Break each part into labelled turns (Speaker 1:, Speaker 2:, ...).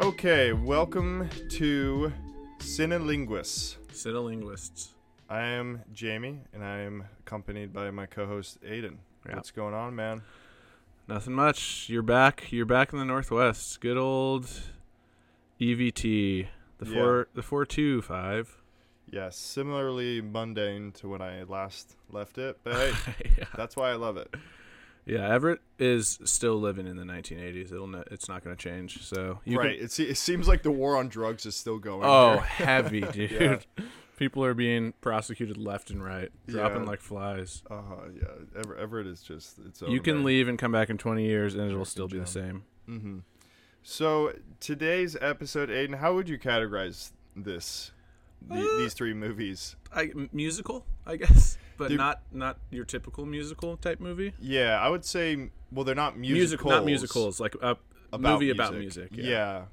Speaker 1: Okay, welcome to Cinelinguists.
Speaker 2: Cinelinguists.
Speaker 1: I am Jamie, and I am accompanied by my co-host Aiden.
Speaker 2: Yeah.
Speaker 1: What's going on, man?
Speaker 2: Nothing much. You're back. You're back in the Northwest. Good old EVT. The
Speaker 1: Yeah.
Speaker 2: four. The four two five.
Speaker 1: Yeah, similarly mundane to when I last left it, but hey,
Speaker 2: yeah.
Speaker 1: that's why I love it.
Speaker 2: Yeah. Everett is still living in the 1980s. It'll. No, it's not going to change. So you
Speaker 1: right?
Speaker 2: Can,
Speaker 1: It, se- it seems like the war on drugs is still going.
Speaker 2: oh,
Speaker 1: here.
Speaker 2: heavy, dude. People are being prosecuted left and right, dropping
Speaker 1: Yeah.
Speaker 2: like flies.
Speaker 1: uh-huh, yeah. Ever- Everett is just it's.
Speaker 2: you can
Speaker 1: leave.
Speaker 2: leave and come back in 20 years, and it'll
Speaker 1: Jerky
Speaker 2: still be the
Speaker 1: jam.
Speaker 2: same.
Speaker 1: Mm-hmm. So today's episode, Aiden, how would you categorize this? The,
Speaker 2: Uh,
Speaker 1: these three movies.
Speaker 2: I, m- musical, I guess, but
Speaker 1: Dude.
Speaker 2: not not your typical musical type movie.
Speaker 1: Yeah, I would say. Well, they're not
Speaker 2: Music,
Speaker 1: musicals.
Speaker 2: not musicals, like a
Speaker 1: About
Speaker 2: movie about music. Yeah,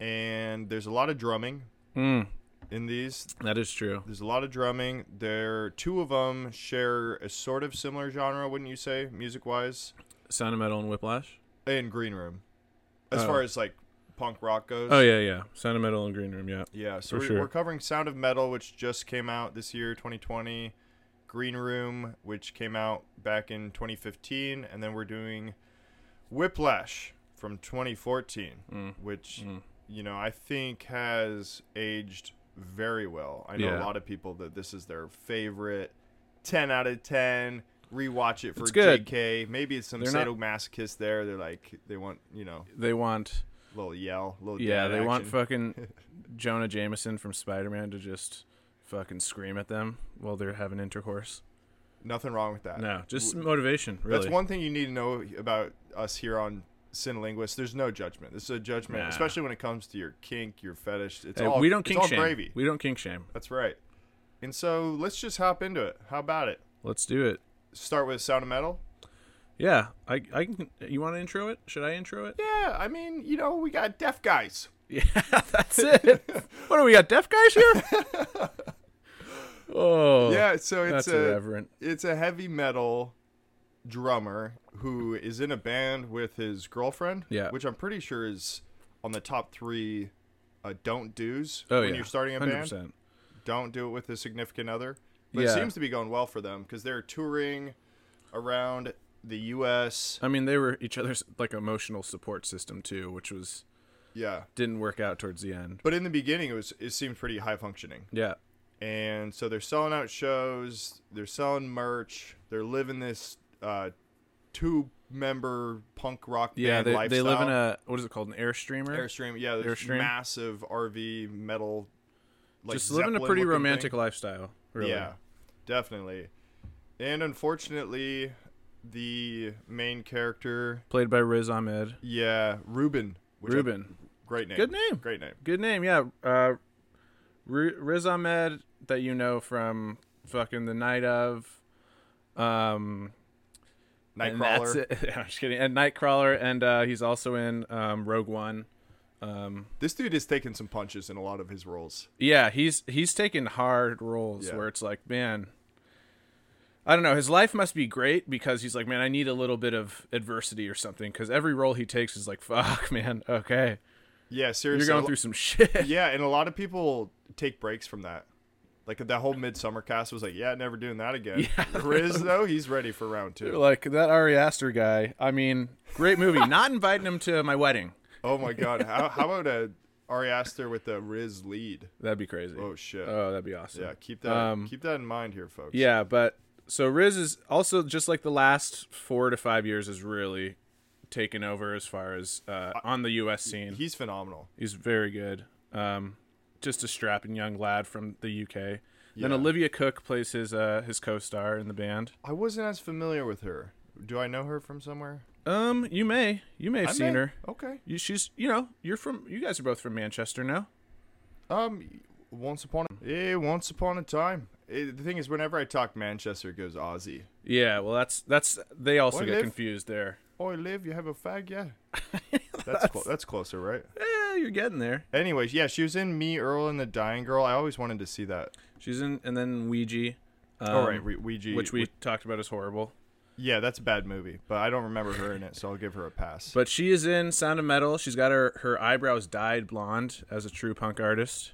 Speaker 1: yeah, and there's a lot of drumming
Speaker 2: Mm,
Speaker 1: in these.
Speaker 2: that is true.
Speaker 1: There's a lot of drumming. There, two of them share a sort of similar genre, wouldn't you say, music-wise?
Speaker 2: Sound of Metal and Whiplash.
Speaker 1: In Green Room, as
Speaker 2: Oh.
Speaker 1: far as like punk rock goes.
Speaker 2: Oh yeah, yeah. Sound of Metal and Green Room. Yeah,
Speaker 1: Yeah, so
Speaker 2: For
Speaker 1: we're,
Speaker 2: sure.
Speaker 1: we're covering Sound of Metal, which just came out this year, 2020, Green Room, which came out back in 2015, and then we're doing Whiplash from 2014,
Speaker 2: Mm.
Speaker 1: which,
Speaker 2: Mm.
Speaker 1: you know, I think has aged very well. I know a
Speaker 2: Yeah.
Speaker 1: lot of people that this is their favorite 10 out of 10. Rewatch it for
Speaker 2: It's good.
Speaker 1: JK. Maybe it's some
Speaker 2: They're not-
Speaker 1: sadomasochist there. They're like, they want, you know,
Speaker 2: they want.
Speaker 1: little yell, little
Speaker 2: Yeah,
Speaker 1: dad
Speaker 2: they want
Speaker 1: action.
Speaker 2: fucking Jonah Jameson from Spider Man to just fucking scream at them while they're having intercourse.
Speaker 1: Nothing wrong with that.
Speaker 2: No, just
Speaker 1: w-
Speaker 2: motivation. Really.
Speaker 1: That's one thing you need to know about us here on Cinelinguists. There's no judgment. This is a judgment,
Speaker 2: Nah.
Speaker 1: especially when it comes to your kink, your fetish. It's
Speaker 2: Hey,
Speaker 1: all
Speaker 2: we don't
Speaker 1: it's
Speaker 2: kink
Speaker 1: all
Speaker 2: shame.
Speaker 1: gravy.
Speaker 2: We don't kink shame.
Speaker 1: That's right. And so let's just hop into it. How about it?
Speaker 2: Let's do it.
Speaker 1: Start with Sound of Metal.
Speaker 2: Yeah, I, I can. You want to intro it? Should I intro it?
Speaker 1: Yeah, I mean, you know, we got deaf guys.
Speaker 2: Yeah, that's it. what do we got, deaf guys here? oh,
Speaker 1: yeah, so it's
Speaker 2: that's
Speaker 1: a
Speaker 2: irreverent.
Speaker 1: it's a heavy metal drummer who is in a band with his girlfriend.
Speaker 2: Yeah.
Speaker 1: which I'm pretty sure is on the top three. Uh, don't do's
Speaker 2: Oh
Speaker 1: when
Speaker 2: yeah,
Speaker 1: you're starting a band.
Speaker 2: 100%.
Speaker 1: don't do it with a significant other. But it
Speaker 2: Yeah.
Speaker 1: seems to be going well for them because they're touring around the U.S.
Speaker 2: I mean, they were each other's like emotional support system too, which was
Speaker 1: Yeah,
Speaker 2: didn't work out towards the end.
Speaker 1: but in the beginning, it was it seemed pretty high functioning,
Speaker 2: Yeah,
Speaker 1: and so they're selling out shows, they're selling merch, they're living this uh, two member punk rock
Speaker 2: yeah.
Speaker 1: band
Speaker 2: They, they
Speaker 1: lifestyle.
Speaker 2: live in a what is it called? An airstreamer.
Speaker 1: airstream, yeah, this
Speaker 2: Airstream?
Speaker 1: massive RV metal. Like
Speaker 2: Just living a
Speaker 1: Zeppelin
Speaker 2: pretty
Speaker 1: looking thing.
Speaker 2: romantic lifestyle. Really.
Speaker 1: Yeah, definitely. And unfortunately, the main character,
Speaker 2: Played by Riz Ahmed.
Speaker 1: yeah, Ruben. which I-
Speaker 2: Ruben.
Speaker 1: great name.
Speaker 2: Good name.
Speaker 1: Great name.
Speaker 2: Good name. Yeah. Uh, Ru- Riz Ahmed that you know from fucking the night of. Um, And that's
Speaker 1: Nightcrawler.
Speaker 2: it. I'm just kidding. And Nightcrawler, and uh, he's also in um, Rogue One. Um,
Speaker 1: This dude is taking some punches in a lot of his roles.
Speaker 2: yeah, he's he's taken hard roles
Speaker 1: Yeah.
Speaker 2: where it's like, man, I don't know. His life must be great because he's like, man, I need a little bit of adversity or something. Because every role he takes is like, fuck, man, okay,
Speaker 1: Yeah,
Speaker 2: you're
Speaker 1: seriously.
Speaker 2: going
Speaker 1: a
Speaker 2: through some shit.
Speaker 1: lo- yeah, and a lot of people take breaks from that. Like that whole midsummer cast was like, yeah, never doing that again. Riz though, he's ready for round two.
Speaker 2: like that Ari Aster guy. I mean, great movie. Not inviting him to my wedding.
Speaker 1: Oh my god, how, how about a Ari Aster with the Riz lead?
Speaker 2: That'd be crazy.
Speaker 1: Oh shit.
Speaker 2: Oh, that'd be awesome.
Speaker 1: yeah, keep that
Speaker 2: um,
Speaker 1: keep that in mind here, folks.
Speaker 2: Yeah, but so Riz is also just like the last four to five years has really taken over as far as uh, on the U.S. scene.
Speaker 1: he's phenomenal.
Speaker 2: He's very good. Um, just a strapping young lad from the U.K. Then
Speaker 1: Yeah.
Speaker 2: Olivia Cook plays his uh, his co-star in the band.
Speaker 1: I wasn't as familiar with her. Do I know her from somewhere?
Speaker 2: Um, you may you may have
Speaker 1: I
Speaker 2: seen
Speaker 1: may-
Speaker 2: her.
Speaker 1: Okay.
Speaker 2: You, she's you know you're from you guys are both from Manchester now.
Speaker 1: Um, once upon a eh, once upon a time. Eh, the thing is, whenever I talk Manchester, it goes Aussie.
Speaker 2: Yeah, well that's that's they also
Speaker 1: Well,
Speaker 2: get
Speaker 1: if-
Speaker 2: confused there.
Speaker 1: Oh, Liv, you have a fag, yeah. That's clo- that's closer, right?
Speaker 2: Yeah, Eh, you're getting there.
Speaker 1: Anyways, yeah, she was in Me, Earl, and the Dying Girl. I always wanted to see that.
Speaker 2: She's in and then Ouija. Um,
Speaker 1: All right, oh, right, Ouija,
Speaker 2: which we talked about as horrible.
Speaker 1: Yeah, that's a bad movie, but I don't remember her in it, so I'll give her a pass.
Speaker 2: But she is in Sound of Metal. She's got her, her eyebrows dyed blonde as a true punk artist.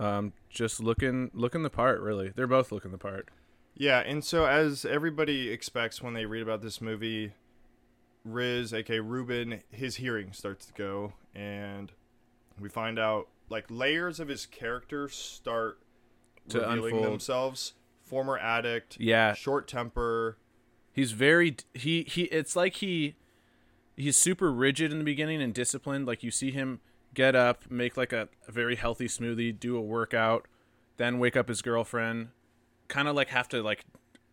Speaker 2: Um, just looking looking the part, really. They're both looking the part.
Speaker 1: Yeah, and so as everybody expects when they read about this movie, Riz, aka Ruben, his hearing starts to go, and we find out like layers of his character start
Speaker 2: To
Speaker 1: revealing
Speaker 2: unfold.
Speaker 1: themselves. Former addict,
Speaker 2: Yeah.
Speaker 1: short temper,
Speaker 2: He's very he he it's like he he's super rigid in the beginning and disciplined. Like you see him get up, make like a, a very healthy smoothie, do a workout, then wake up his girlfriend, kind of like have to like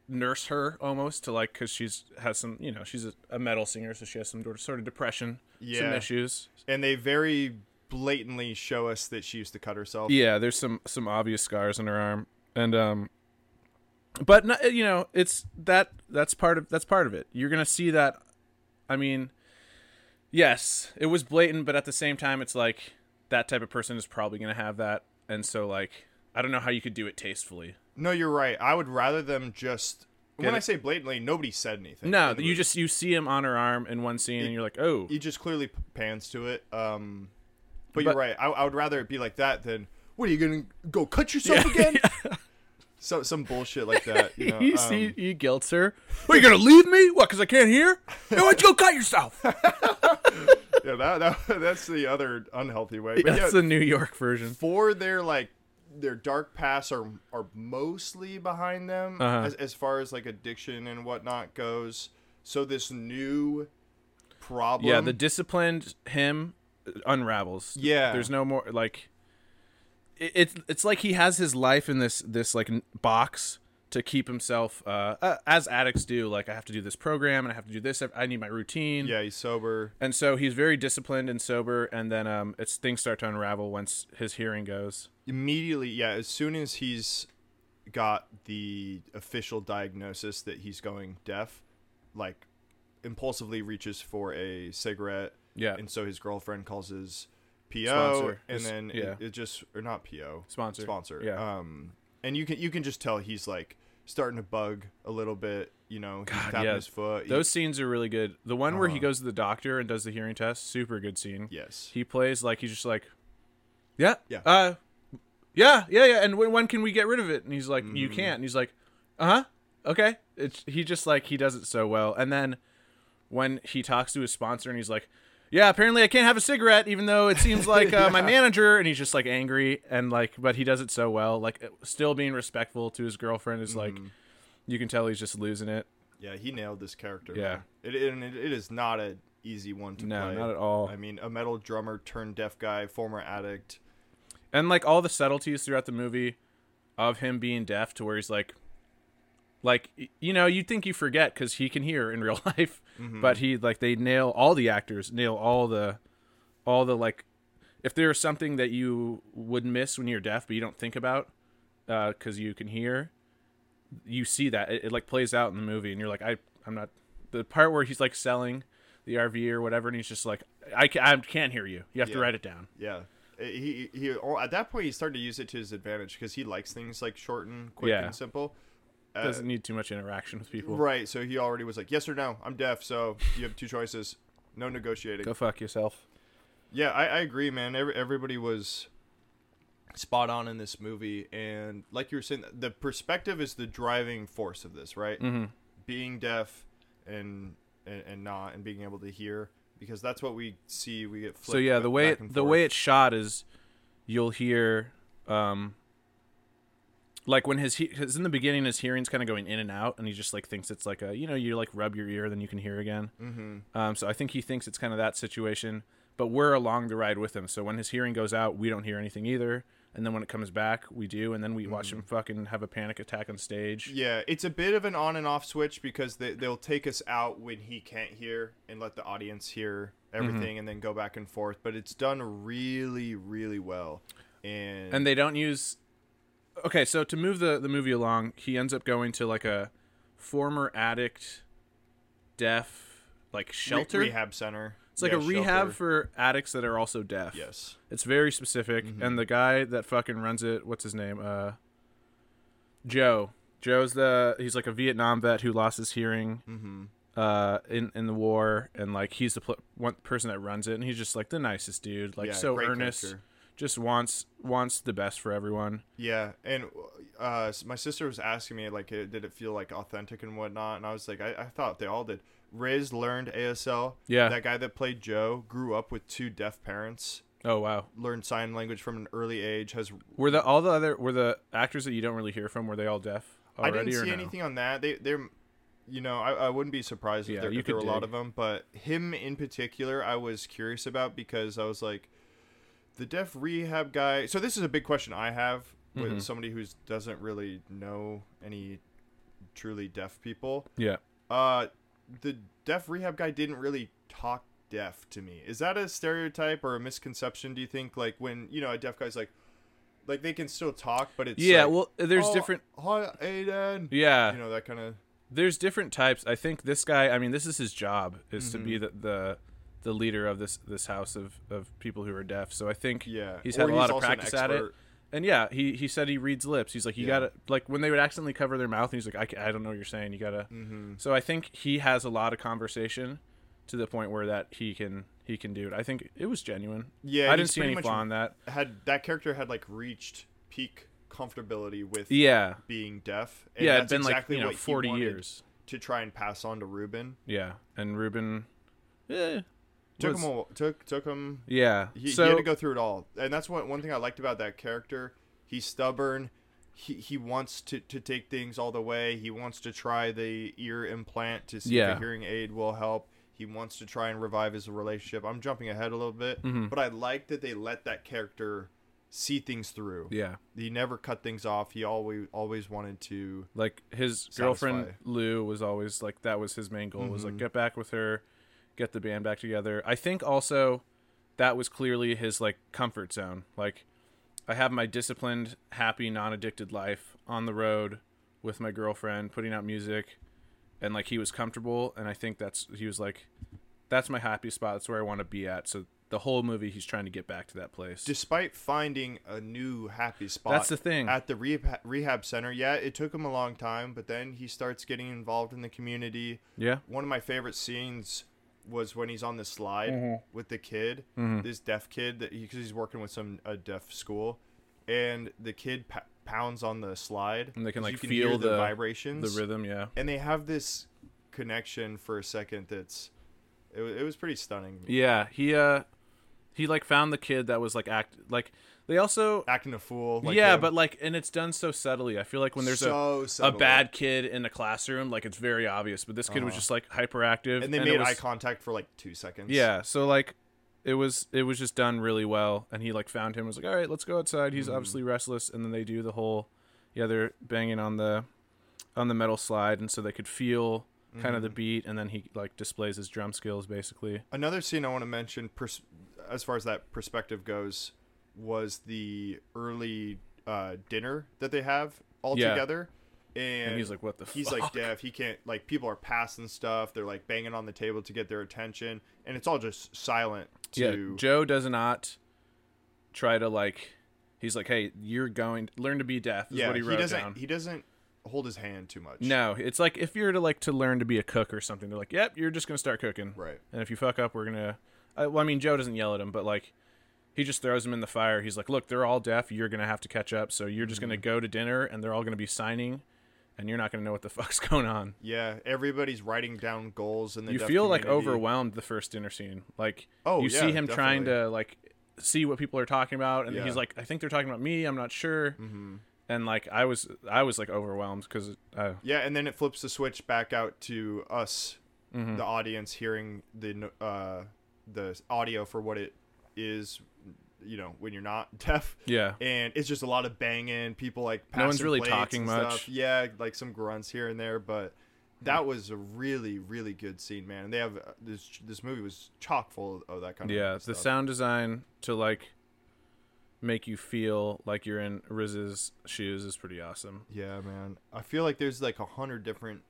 Speaker 2: nurse her almost to like cuz she's has some, you know, she's a, a metal singer so she has some sort of depression, some
Speaker 1: Yeah.
Speaker 2: issues.
Speaker 1: and they very blatantly show us that she used to cut herself.
Speaker 2: Yeah, there's some some obvious scars in her arm, and um, but no, you know, it's that that's part of that's part of it. You're gonna see that. I mean, yes, it was blatant, but at the same time, it's like that type of person is probably gonna have that, and so like I don't know how you could do it tastefully.
Speaker 1: No, you're right. I would rather them just. when
Speaker 2: it.
Speaker 1: I say blatantly, nobody said anything.
Speaker 2: No,
Speaker 1: in the
Speaker 2: you
Speaker 1: movie.
Speaker 2: just you see him on her arm in one scene, and you're like, oh,
Speaker 1: he just clearly p- pans to it. Um, but,
Speaker 2: But-
Speaker 1: you're right. I, I would rather it be like that than what are you gonna go cut yourself again? So some bullshit like that. You know?
Speaker 2: he
Speaker 1: um,
Speaker 2: see he guilts her. What, you gonna leave me? What? Because I can't hear? Hey, why don't you go cut yourself?
Speaker 1: yeah, that, that, that's the other unhealthy way. But yeah,
Speaker 2: That's the New York version.
Speaker 1: for their like their dark pasts are are mostly behind them
Speaker 2: Uh-huh.
Speaker 1: as, as far as like addiction and whatnot goes. So this new problem.
Speaker 2: Yeah, the disciplined him unravels.
Speaker 1: Yeah.
Speaker 2: there's no more like. It, it's it's like he has his life in this this like n- box to keep himself uh, uh as addicts do. Like I have to do this program and I have to do this. I need my routine.
Speaker 1: yeah, he's sober.
Speaker 2: and so he's very disciplined and sober. And then um, it's things start to unravel once his hearing goes.
Speaker 1: immediately yeah as soon as he's got the official diagnosis that he's going deaf like impulsively reaches for a cigarette
Speaker 2: Yeah,
Speaker 1: and so his girlfriend calls his PO
Speaker 2: Sponsor.
Speaker 1: and
Speaker 2: His-
Speaker 1: then it-
Speaker 2: yeah.
Speaker 1: it, just or not PO
Speaker 2: Sponsor.
Speaker 1: sponsor
Speaker 2: Yeah.
Speaker 1: um and you can you can just tell he's like starting to bug a little bit you know he's tapping
Speaker 2: yeah.
Speaker 1: his foot He-
Speaker 2: those scenes are really good. The one where he
Speaker 1: Uh-huh.
Speaker 2: goes to the doctor and does the hearing test, super good scene.
Speaker 1: yes
Speaker 2: he plays like he's just like yeah
Speaker 1: Yeah.
Speaker 2: uh yeah yeah yeah and when, when can we get rid of it and he's like you can't and he's like uh-huh okay it's he just like he does it so well and then when he talks to his sponsor and he's like yeah apparently i can't have a cigarette even though it seems like uh, my manager and he's just like angry and like but he does it so well like still being respectful to his girlfriend is like you can tell he's just losing it
Speaker 1: yeah he nailed this character
Speaker 2: Yeah.
Speaker 1: man. it, and it, it is not an easy one to
Speaker 2: no
Speaker 1: play
Speaker 2: not at all
Speaker 1: I mean, a metal drummer turned deaf guy, former addict.
Speaker 2: and like all the subtleties throughout the movie of him being deaf to where he's like like y- you know you'd think you forget because he can hear in real life but he like they nail all the actors nail all the all the like if there's something that you would miss when you're deaf but you don't think about because you can hear you see that it, it like plays out in the movie and you're like i i'm not the part where he's like selling the rv or whatever and he's just like i, ca- I can't hear you you have to
Speaker 1: Yeah.
Speaker 2: write it down
Speaker 1: Yeah. Eh, He, he or at that point he started to use it to his advantage because he likes things like short and quick
Speaker 2: Yeah.
Speaker 1: and simple. Uh,
Speaker 2: doesn't need too much interaction with people
Speaker 1: Right. So he already was like, yes or no. I'm deaf, so you have two choices. No negotiating.
Speaker 2: Go fuck yourself.
Speaker 1: Yeah, I, I agree, man. Every, everybody was spot on in this movie, and like you were saying, the perspective is the driving force of this, right? Mm-hmm. Being deaf and, and and not, and being able to hear, because that's what we see. We get
Speaker 2: so
Speaker 1: flipped
Speaker 2: yeah,
Speaker 1: ba-
Speaker 2: the way
Speaker 1: back and
Speaker 2: the
Speaker 1: forth.
Speaker 2: way it's shot is, you'll hear, um, like when his because in the beginning his hearing's kind of going in and out, and he just like thinks it's like a you know you like rub your ear then you can hear again. Mm-hmm. Um, so I think he thinks it's kind of that situation, but we're along the ride with him. So when his hearing goes out, we don't hear anything either, and then when it comes back, we do, and then we
Speaker 1: Mm.
Speaker 2: watch him fucking have a panic attack on stage.
Speaker 1: Yeah, it's a bit of an on and off switch because they, they'll take us out when he can't hear and let the audience hear everything
Speaker 2: Mm-hmm.
Speaker 1: and then go back and forth. But it's done really, really well. And,
Speaker 2: and they don't use okay so to move the the movie along he ends up going to like a former addict deaf like
Speaker 1: Re-
Speaker 2: shelter
Speaker 1: rehab center.
Speaker 2: it's like
Speaker 1: Yeah,
Speaker 2: a rehab
Speaker 1: shelter.
Speaker 2: for addicts that are also deaf
Speaker 1: Yes. Mm-hmm.
Speaker 2: it's very specific and the guy that fucking runs it what's his name uh joe Joe's the he's like a Vietnam vet who lost his hearing
Speaker 1: Mm-hmm.
Speaker 2: uh in in the war and like he's the pl- one person that runs it and he's just like the nicest dude like
Speaker 1: Yeah,
Speaker 2: so
Speaker 1: great
Speaker 2: earnest
Speaker 1: character.
Speaker 2: just wants wants the best for everyone
Speaker 1: Yeah, and uh, s- my sister was asking me like, it, did it feel like authentic and whatnot? And I was like, I, I thought they all did. Riz learned ASL.
Speaker 2: Yeah.
Speaker 1: that guy that played Joe grew up with two deaf parents,
Speaker 2: oh wow
Speaker 1: learned sign language from an early age. Has
Speaker 2: were the all the other were the actors that you don't really hear from were they all deaf already
Speaker 1: I didn't
Speaker 2: or
Speaker 1: see
Speaker 2: no?
Speaker 1: anything on that. They they're, you know, I, I wouldn't be surprised if
Speaker 2: Yeah,
Speaker 1: there,
Speaker 2: you
Speaker 1: if there were
Speaker 2: could
Speaker 1: a lot
Speaker 2: dig.
Speaker 1: of them, but him in particular, I was curious about because I was like, the deaf rehab guy. So this is a big question I have with
Speaker 2: Mhm.
Speaker 1: somebody who doesn't really know any truly deaf people.
Speaker 2: yeah
Speaker 1: Uh, the deaf rehab guy didn't really talk deaf to me. Is that a stereotype or a misconception? Do you think like when you know a deaf guy's like, like they can still talk, but it's
Speaker 2: yeah
Speaker 1: like,
Speaker 2: well there's
Speaker 1: "Oh,
Speaker 2: different
Speaker 1: Hi, Aiden.
Speaker 2: yeah
Speaker 1: You know that kind of.
Speaker 2: there's different types. I think this guy. I mean, this is his job is to be the,
Speaker 1: Mm-hmm.
Speaker 2: the the leader of this this house of of people who are deaf. So I think
Speaker 1: Yeah.
Speaker 2: he's
Speaker 1: Or
Speaker 2: had a lot of
Speaker 1: also an
Speaker 2: practice at it.
Speaker 1: expert.
Speaker 2: And yeah, he he said he reads lips. He's like, you
Speaker 1: Yeah.
Speaker 2: gotta like when they would accidentally cover their mouth. He's like, I, ca- I don't know what you're saying. You gotta.
Speaker 1: Mm-hmm.
Speaker 2: So I think he has a lot of conversation to the point where that he can he can do it. I think it was genuine.
Speaker 1: Yeah,
Speaker 2: I
Speaker 1: he's
Speaker 2: didn't see
Speaker 1: pretty
Speaker 2: any
Speaker 1: much-
Speaker 2: flaw on that.
Speaker 1: Had that character had like reached peak comfortability with
Speaker 2: Yeah,
Speaker 1: being deaf? And
Speaker 2: yeah. It's
Speaker 1: that's
Speaker 2: been
Speaker 1: exactly
Speaker 2: like you know
Speaker 1: what he
Speaker 2: 40
Speaker 1: wanted
Speaker 2: years.
Speaker 1: to try and pass on to Ruben.
Speaker 2: Yeah, and Ruben. Eh,
Speaker 1: Took
Speaker 2: was-
Speaker 1: him. A, took took him.
Speaker 2: Yeah.
Speaker 1: He,
Speaker 2: so
Speaker 1: he had to go through it all, and that's what one thing I liked about that character. He's stubborn. He, he wants to, to take things all the way. He wants to try the ear implant to see if
Speaker 2: Yeah.
Speaker 1: a hearing aid will help. He wants to try and revive his relationship. I'm jumping ahead a little bit,
Speaker 2: Mm-hmm.
Speaker 1: but I like that they let that character see things through.
Speaker 2: yeah.
Speaker 1: he never cut things off. He always always wanted to.
Speaker 2: like his girlfriend
Speaker 1: Satisfy.
Speaker 2: Lou was always like that was his main goal was like get back with her, get the band back together. I think also that was clearly his like comfort zone. Like I have my disciplined, happy, non-addicted life on the road with my girlfriend, putting out music and like he was comfortable and I think that's he was like that's my happy spot. That's where I want to be at. So the whole movie he's trying to get back to that place.
Speaker 1: Despite finding a new happy spot,
Speaker 2: That's the thing.
Speaker 1: at the rehab rehab center. Yeah, it took him a long time, but then he starts getting involved in the community.
Speaker 2: yeah.
Speaker 1: One of my favorite scenes was when he's on the slide
Speaker 2: Mm-hmm.
Speaker 1: with the kid, this deaf kid that because he's working with some a deaf school, and the kid p- pounds on the slide
Speaker 2: And they can,
Speaker 1: 'cause
Speaker 2: like,
Speaker 1: you
Speaker 2: feel
Speaker 1: hear
Speaker 2: the- The
Speaker 1: vibrations,
Speaker 2: rhythm, yeah.
Speaker 1: and they have this connection for a second. That's it, wa- it was pretty stunning.
Speaker 2: Yeah, he uh he like found the kid that was like act like they also
Speaker 1: Acting a fool. Like
Speaker 2: yeah,
Speaker 1: him.
Speaker 2: but like and it's done so subtly. I feel like when there's
Speaker 1: So
Speaker 2: a
Speaker 1: subtly. Uh-huh.
Speaker 2: a bad kid in a classroom, like it's very obvious, but this kid was just like hyperactive
Speaker 1: and they
Speaker 2: it
Speaker 1: made
Speaker 2: was-
Speaker 1: eye contact for like two seconds.
Speaker 2: Yeah, so like it was it was just done really well and he like found him and was like, "All right, let's go outside."
Speaker 1: Mm-hmm.
Speaker 2: He's obviously restless and then they do the whole yeah, they're banging on the on the metal slide and so they could feel kind
Speaker 1: Mm-hmm.
Speaker 2: of the beat and then he like displays his drum skills basically.
Speaker 1: Another scene I want to mention, pers- as far as that perspective goes, was the early uh, dinner that they have all
Speaker 2: Yeah.
Speaker 1: together. And,
Speaker 2: And he's like, "What the
Speaker 1: he's
Speaker 2: fuck?"
Speaker 1: like deaf. He can't like people are passing stuff. They're like banging on the table to get their attention, and it's all just silent. To
Speaker 2: Yeah, Joe does not try to like. He's like, hey, you're going learn to be deaf. Is
Speaker 1: yeah,
Speaker 2: what he
Speaker 1: he,
Speaker 2: wrote
Speaker 1: doesn't
Speaker 2: down.
Speaker 1: he doesn't hold his hand too much.
Speaker 2: no, it's like if you're to like to learn to be a cook or something, they're like, yep, you're just gonna start cooking.
Speaker 1: Right.
Speaker 2: And if you fuck up, we're gonna. I, well, I mean, Joe doesn't yell at him, but like, he just throws him in the fire. He's like, look, they're all deaf. You're gonna have to catch up. So you're just gonna
Speaker 1: Mm-hmm.
Speaker 2: go to dinner, and they're all gonna be signing, and you're not gonna know what the fuck's going on.
Speaker 1: Yeah, everybody's writing down goals, and
Speaker 2: you feel like overwhelmed the first dinner scene like
Speaker 1: Oh,
Speaker 2: you
Speaker 1: yeah,
Speaker 2: see him trying
Speaker 1: definitely.
Speaker 2: to like see what people are talking about and
Speaker 1: Yeah. Mm-hmm.
Speaker 2: he's like i think they're talking about me i'm not sure and like i was i was like overwhelmed because uh,
Speaker 1: Yeah, and then it flips the switch back out to us,
Speaker 2: Mm-hmm.
Speaker 1: the audience, hearing the no- uh, the audio for what it is. You know, when you're not deaf,
Speaker 2: yeah
Speaker 1: and it's just a lot of banging. People like
Speaker 2: No one's
Speaker 1: passing
Speaker 2: really
Speaker 1: plates
Speaker 2: talking
Speaker 1: and
Speaker 2: much.
Speaker 1: Stuff. Yeah, like some grunts here and there, but that was a really really good scene, man. And they have uh, this this movie was chock full of that kind
Speaker 2: yeah
Speaker 1: of
Speaker 2: the
Speaker 1: stuff.
Speaker 2: sound design to like make you feel like you're in riz's shoes is pretty awesome
Speaker 1: Yeah, man. I feel like there's like a hundred different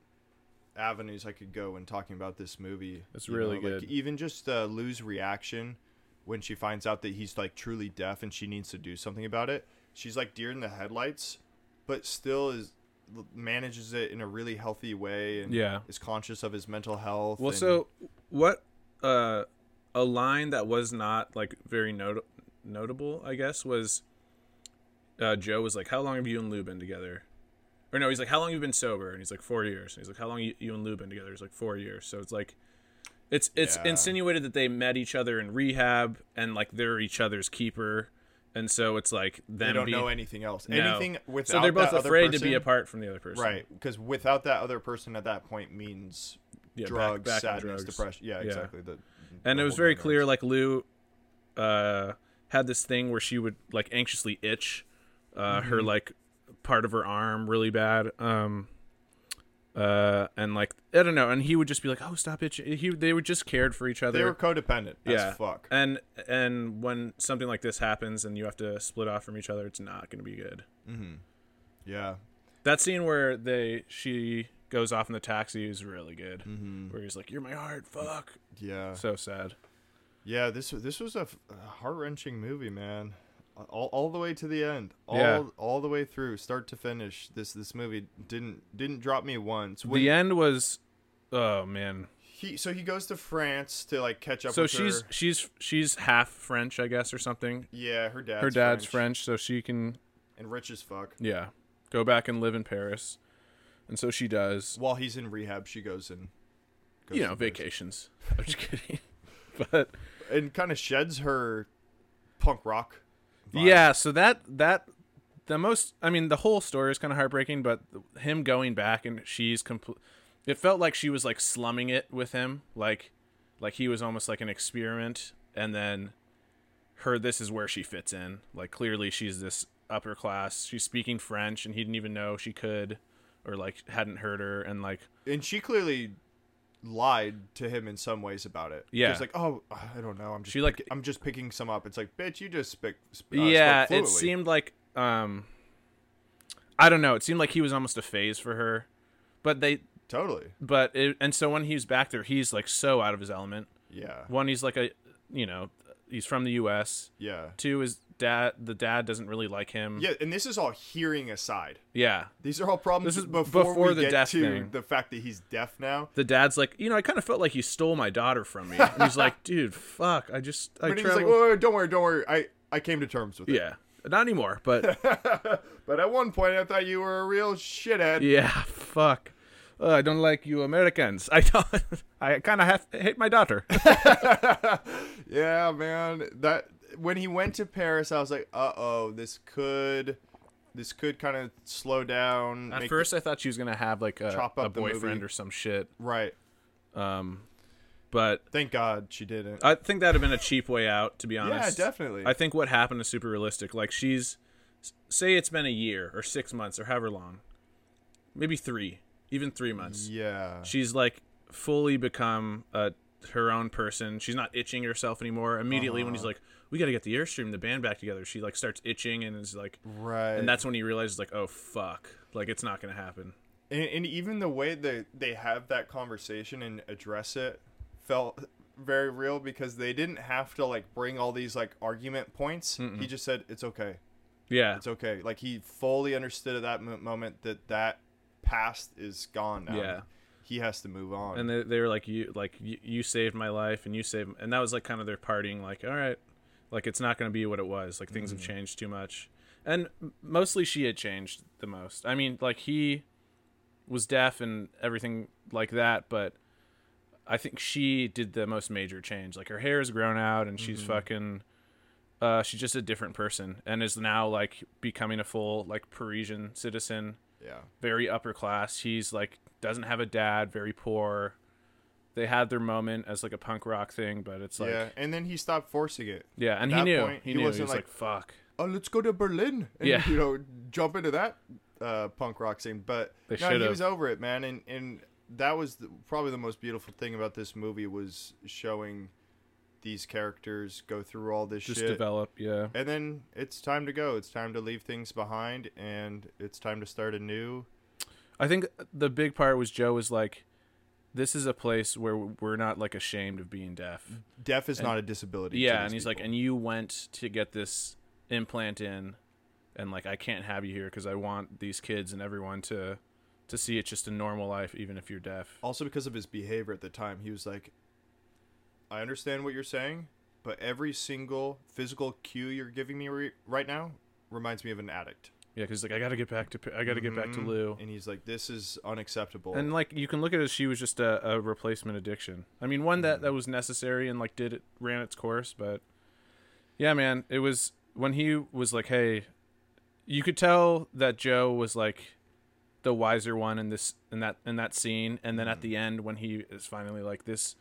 Speaker 1: avenues I could go when talking about this movie.
Speaker 2: It's
Speaker 1: you
Speaker 2: really
Speaker 1: know, like,
Speaker 2: good.
Speaker 1: even just uh, Lou's reaction when she finds out that he's like truly deaf and she needs to do something about it. She's like deer in the headlights, but still is l- manages it in a really healthy way and
Speaker 2: Yeah.
Speaker 1: is conscious of his mental health.
Speaker 2: Well,
Speaker 1: and-
Speaker 2: so what? Uh, a line that was not like very not- notable, I guess, was uh, Joe was like, "How long have you and Lou been together?" Or no, he's like, "How long have you been sober?" And he's like, four years." And he's like, "How long you, you and Lou been together?" He's like, four years." So it's like, it's it's
Speaker 1: Yeah.
Speaker 2: insinuated that they met each other in rehab and like they're each other's keeper, and so it's like them
Speaker 1: they don't
Speaker 2: being,
Speaker 1: know anything else.
Speaker 2: No.
Speaker 1: Anything without
Speaker 2: so they're both
Speaker 1: that other
Speaker 2: afraid to be
Speaker 1: person-
Speaker 2: apart from the other person,
Speaker 1: Right, because without that other person at that point means
Speaker 2: Yeah, back-
Speaker 1: drugs,
Speaker 2: back on
Speaker 1: sadness,
Speaker 2: drugs.
Speaker 1: depression. Yeah,
Speaker 2: Yeah.
Speaker 1: exactly. The,
Speaker 2: and
Speaker 1: the
Speaker 2: it was
Speaker 1: whole
Speaker 2: very
Speaker 1: nine
Speaker 2: clear
Speaker 1: yards.
Speaker 2: like lou uh had this thing where she would like anxiously itch uh
Speaker 1: Mm-hmm.
Speaker 2: her like part of her arm really bad um uh and like i don't know and he would just be like oh stop itching he they were just cared for each other
Speaker 1: they were codependent.
Speaker 2: yeah
Speaker 1: as fuck.
Speaker 2: and and when something like this happens and you have to split off from each other it's not going to be good
Speaker 1: Yeah,
Speaker 2: that scene where they she goes off in the taxi is really good
Speaker 1: Mm-hmm.
Speaker 2: where he's like you're my heart fuck
Speaker 1: yeah,
Speaker 2: so sad
Speaker 1: yeah. This this was a heart wrenching movie, man. All, all the way to the end, all
Speaker 2: Yeah.
Speaker 1: all the way through, start to finish. This this movie didn't didn't drop me once. When
Speaker 2: the e- end was oh man
Speaker 1: he so he goes to France to like catch up.
Speaker 2: so
Speaker 1: with
Speaker 2: she's
Speaker 1: her.
Speaker 2: she's she's half french i guess or something
Speaker 1: yeah, her dad's
Speaker 2: her dad's french. so she can
Speaker 1: and rich as fuck.
Speaker 2: yeah go back and live in paris and so she does
Speaker 1: While he's in rehab, she goes and goes
Speaker 2: you know
Speaker 1: and lives.
Speaker 2: vacations i'm just kidding but
Speaker 1: and kind of sheds her punk rock. vibe.
Speaker 2: yeah so that that the most i mean the whole story is kind of heartbreaking but him going back and she's complete it felt like she was like slumming it with him like like he was almost like an experiment and then her this is where she fits in like clearly she's this upper class she's speaking french and he didn't even know she could or like hadn't heard her and like
Speaker 1: and she clearly lied to him in some ways about it.
Speaker 2: Yeah.
Speaker 1: she's like, oh, I don't know. I'm just
Speaker 2: She, like- uh,
Speaker 1: pick- I'm just picking some up. It's like, bitch, you just spick. Sp- uh, spoke
Speaker 2: yeah it
Speaker 1: fluently."
Speaker 2: seemed like um i don't know it seemed like he was almost a phase for her but they
Speaker 1: totally.
Speaker 2: but it, and so when he's back there he's like so out of his element
Speaker 1: Yeah,
Speaker 2: one he's like a you know he's from the us
Speaker 1: yeah,
Speaker 2: two is dad the dad doesn't really like him
Speaker 1: yeah. And this is all hearing aside.
Speaker 2: yeah
Speaker 1: These are all problems.
Speaker 2: This is
Speaker 1: before,
Speaker 2: before
Speaker 1: we
Speaker 2: the
Speaker 1: get
Speaker 2: death
Speaker 1: to
Speaker 2: thing.
Speaker 1: the fact that he's deaf now.
Speaker 2: the dad's like you know i kind of felt like you stole my daughter from me and he's like dude fuck i just i
Speaker 1: But he's
Speaker 2: travel-
Speaker 1: like, oh, don't worry, don't worry. I I came to terms with it.
Speaker 2: yeah not anymore but
Speaker 1: But at one point, I thought you were a real shithead.
Speaker 2: yeah fuck Uh, i don't like you americans i don't i kind of have hate my daughter
Speaker 1: Yeah, man. That when he went to Paris, I was like, "Uh oh, this could, this could kind of slow down."
Speaker 2: at
Speaker 1: make-
Speaker 2: first i thought she was gonna have like a,
Speaker 1: Chop up
Speaker 2: a
Speaker 1: the
Speaker 2: boyfriend
Speaker 1: movie.
Speaker 2: or some shit
Speaker 1: right?
Speaker 2: but
Speaker 1: Thank God she didn't.
Speaker 2: I think that'd have been a cheap way out, to be honest.
Speaker 1: definitely.
Speaker 2: I think what happened is super realistic. Like she's, s- say it's been a year or six months or however long, maybe three, even three months.
Speaker 1: yeah,
Speaker 2: She's like fully become a her own person. She's not itching herself anymore. Immediately when he's like, "We got to get the airstream, the band back together," she like starts itching and is like,
Speaker 1: right.
Speaker 2: and that's when he realizes like, "Oh fuck, like it's not gonna happen."
Speaker 1: and, and even the way that they have that conversation and address it felt very real because they didn't have to like bring all these like argument points. He just said, "It's okay,
Speaker 2: Yeah,
Speaker 1: it's okay." Like he fully understood at that mo- moment that that past is gone now.
Speaker 2: Yeah.
Speaker 1: He has to move on.
Speaker 2: and they, they were like you like you, you saved my life and you saved and that was like kind of their partying like all right like it's not going to be what it was like things have changed too much and m- mostly she had changed the most i mean like he was deaf and everything like that but i think she did the most major change like her hair is grown out and she's fucking uh, she's just a different person and is now like becoming a full like parisian citizen
Speaker 1: yeah.
Speaker 2: very upper class. He's like doesn't have a dad, very poor. They had their moment as like a punk rock thing, but it's like
Speaker 1: yeah,
Speaker 2: yeah,
Speaker 1: and then he stopped forcing it.
Speaker 2: and he
Speaker 1: that
Speaker 2: knew
Speaker 1: point,
Speaker 2: he,
Speaker 1: he
Speaker 2: knew
Speaker 1: wasn't
Speaker 2: he was like,
Speaker 1: like-
Speaker 2: fuck.
Speaker 1: Oh, let's go to Berlin. And,
Speaker 2: Yeah.
Speaker 1: you know, jump into that uh, punk rock scene. But
Speaker 2: They
Speaker 1: no, he
Speaker 2: should've.
Speaker 1: was over it, man. And and that was the, probably the most beautiful thing about this movie was showing these characters go through all this
Speaker 2: Just
Speaker 1: shit.
Speaker 2: develop, yeah.
Speaker 1: and then it's time to go. It's time to leave things behind, and it's time to start anew.
Speaker 2: I think the big part was Joe was like, this is a place where we're not like ashamed of being deaf.
Speaker 1: Deaf is not a disability. to
Speaker 2: Mm-hmm. Yeah,
Speaker 1: these
Speaker 2: and he's like,
Speaker 1: people.
Speaker 2: and you went to get this implant in, and like I can't have you here because I want these kids and everyone to to see it's just a normal life even if you're deaf.
Speaker 1: Also, because of his behavior at the time, he was like, I understand what you're saying, but every single physical cue you're giving me re- right now reminds me of an addict.
Speaker 2: Yeah, because like I gotta get back to I gotta get back to
Speaker 1: Mhm.
Speaker 2: Lou.
Speaker 1: And he's like, this is unacceptable.
Speaker 2: And like you can look at it, as she was just a, a replacement addiction. I mean, one that that was necessary and like did it ran its course, but yeah, man, it was when he was like, "Hey," you could tell that Joe was like the wiser one in this in that in that scene, and then at the end when he is finally like this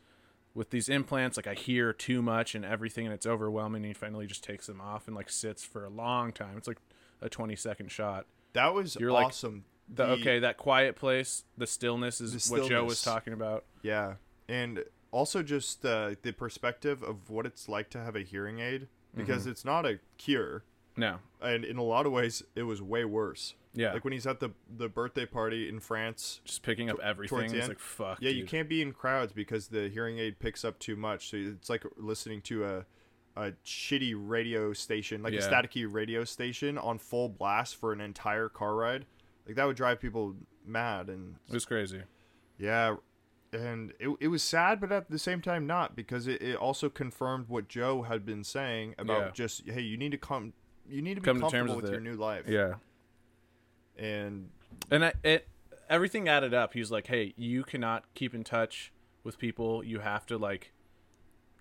Speaker 2: with these implants, like I hear too much and everything, and it's overwhelming. And he finally just takes them off and like sits for a long time. It's like a twenty second shot
Speaker 1: that was
Speaker 2: you're like,
Speaker 1: awesome.
Speaker 2: the, okay that quiet place the stillness is
Speaker 1: The
Speaker 2: what joe was
Speaker 1: stillness.
Speaker 2: talking about
Speaker 1: Yeah, and also just uh, the perspective of what it's like to have a hearing aid because
Speaker 2: Mm-hmm.
Speaker 1: it's not a cure,
Speaker 2: no
Speaker 1: and in a lot of ways, it was way worse.
Speaker 2: yeah
Speaker 1: Like when he's at the the birthday party in France.
Speaker 2: just picking up everything
Speaker 1: the
Speaker 2: it's
Speaker 1: end.
Speaker 2: like fuck
Speaker 1: Yeah, you
Speaker 2: dude.
Speaker 1: can't be in crowds because the hearing aid picks up too much. So it's like listening to a a shitty radio station, like
Speaker 2: Yeah.
Speaker 1: a staticky radio station on full blast for an entire car ride. Like that would drive people mad and
Speaker 2: it was crazy
Speaker 1: yeah, and it, it was sad, but at the same time not because it, it also confirmed what Joe had been saying about
Speaker 2: Yeah.
Speaker 1: just hey, you need to come, you need to be
Speaker 2: Come to terms
Speaker 1: comfortable
Speaker 2: with
Speaker 1: with, your
Speaker 2: it.
Speaker 1: new life.
Speaker 2: yeah
Speaker 1: and
Speaker 2: and I, it everything added up he's like hey you cannot keep in touch with people you have to like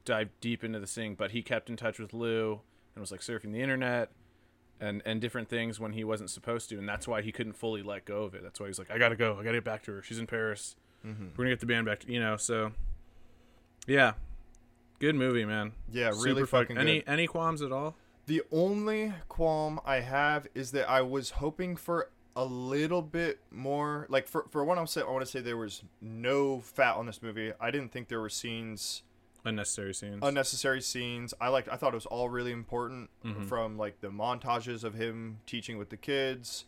Speaker 2: dive deep into the thing but he kept in touch with lou and was like surfing the internet and and different things when he wasn't supposed to and that's why he couldn't fully let go of it that's why he's like i gotta go i gotta get back to her she's in paris
Speaker 1: Mm-hmm.
Speaker 2: we're gonna get the band back to, you know so yeah good movie man
Speaker 1: yeah, really
Speaker 2: Super fuck-
Speaker 1: fucking
Speaker 2: any
Speaker 1: good.
Speaker 2: any qualms at all
Speaker 1: The only qualm I have is that I was hoping for a little bit more. Like for for one, I say I want to say there was no fat on this movie. I didn't think there were scenes,
Speaker 2: unnecessary scenes
Speaker 1: unnecessary scenes. I liked. I thought it was all really important
Speaker 2: Mm-hmm.
Speaker 1: from like the montages of him teaching with the kids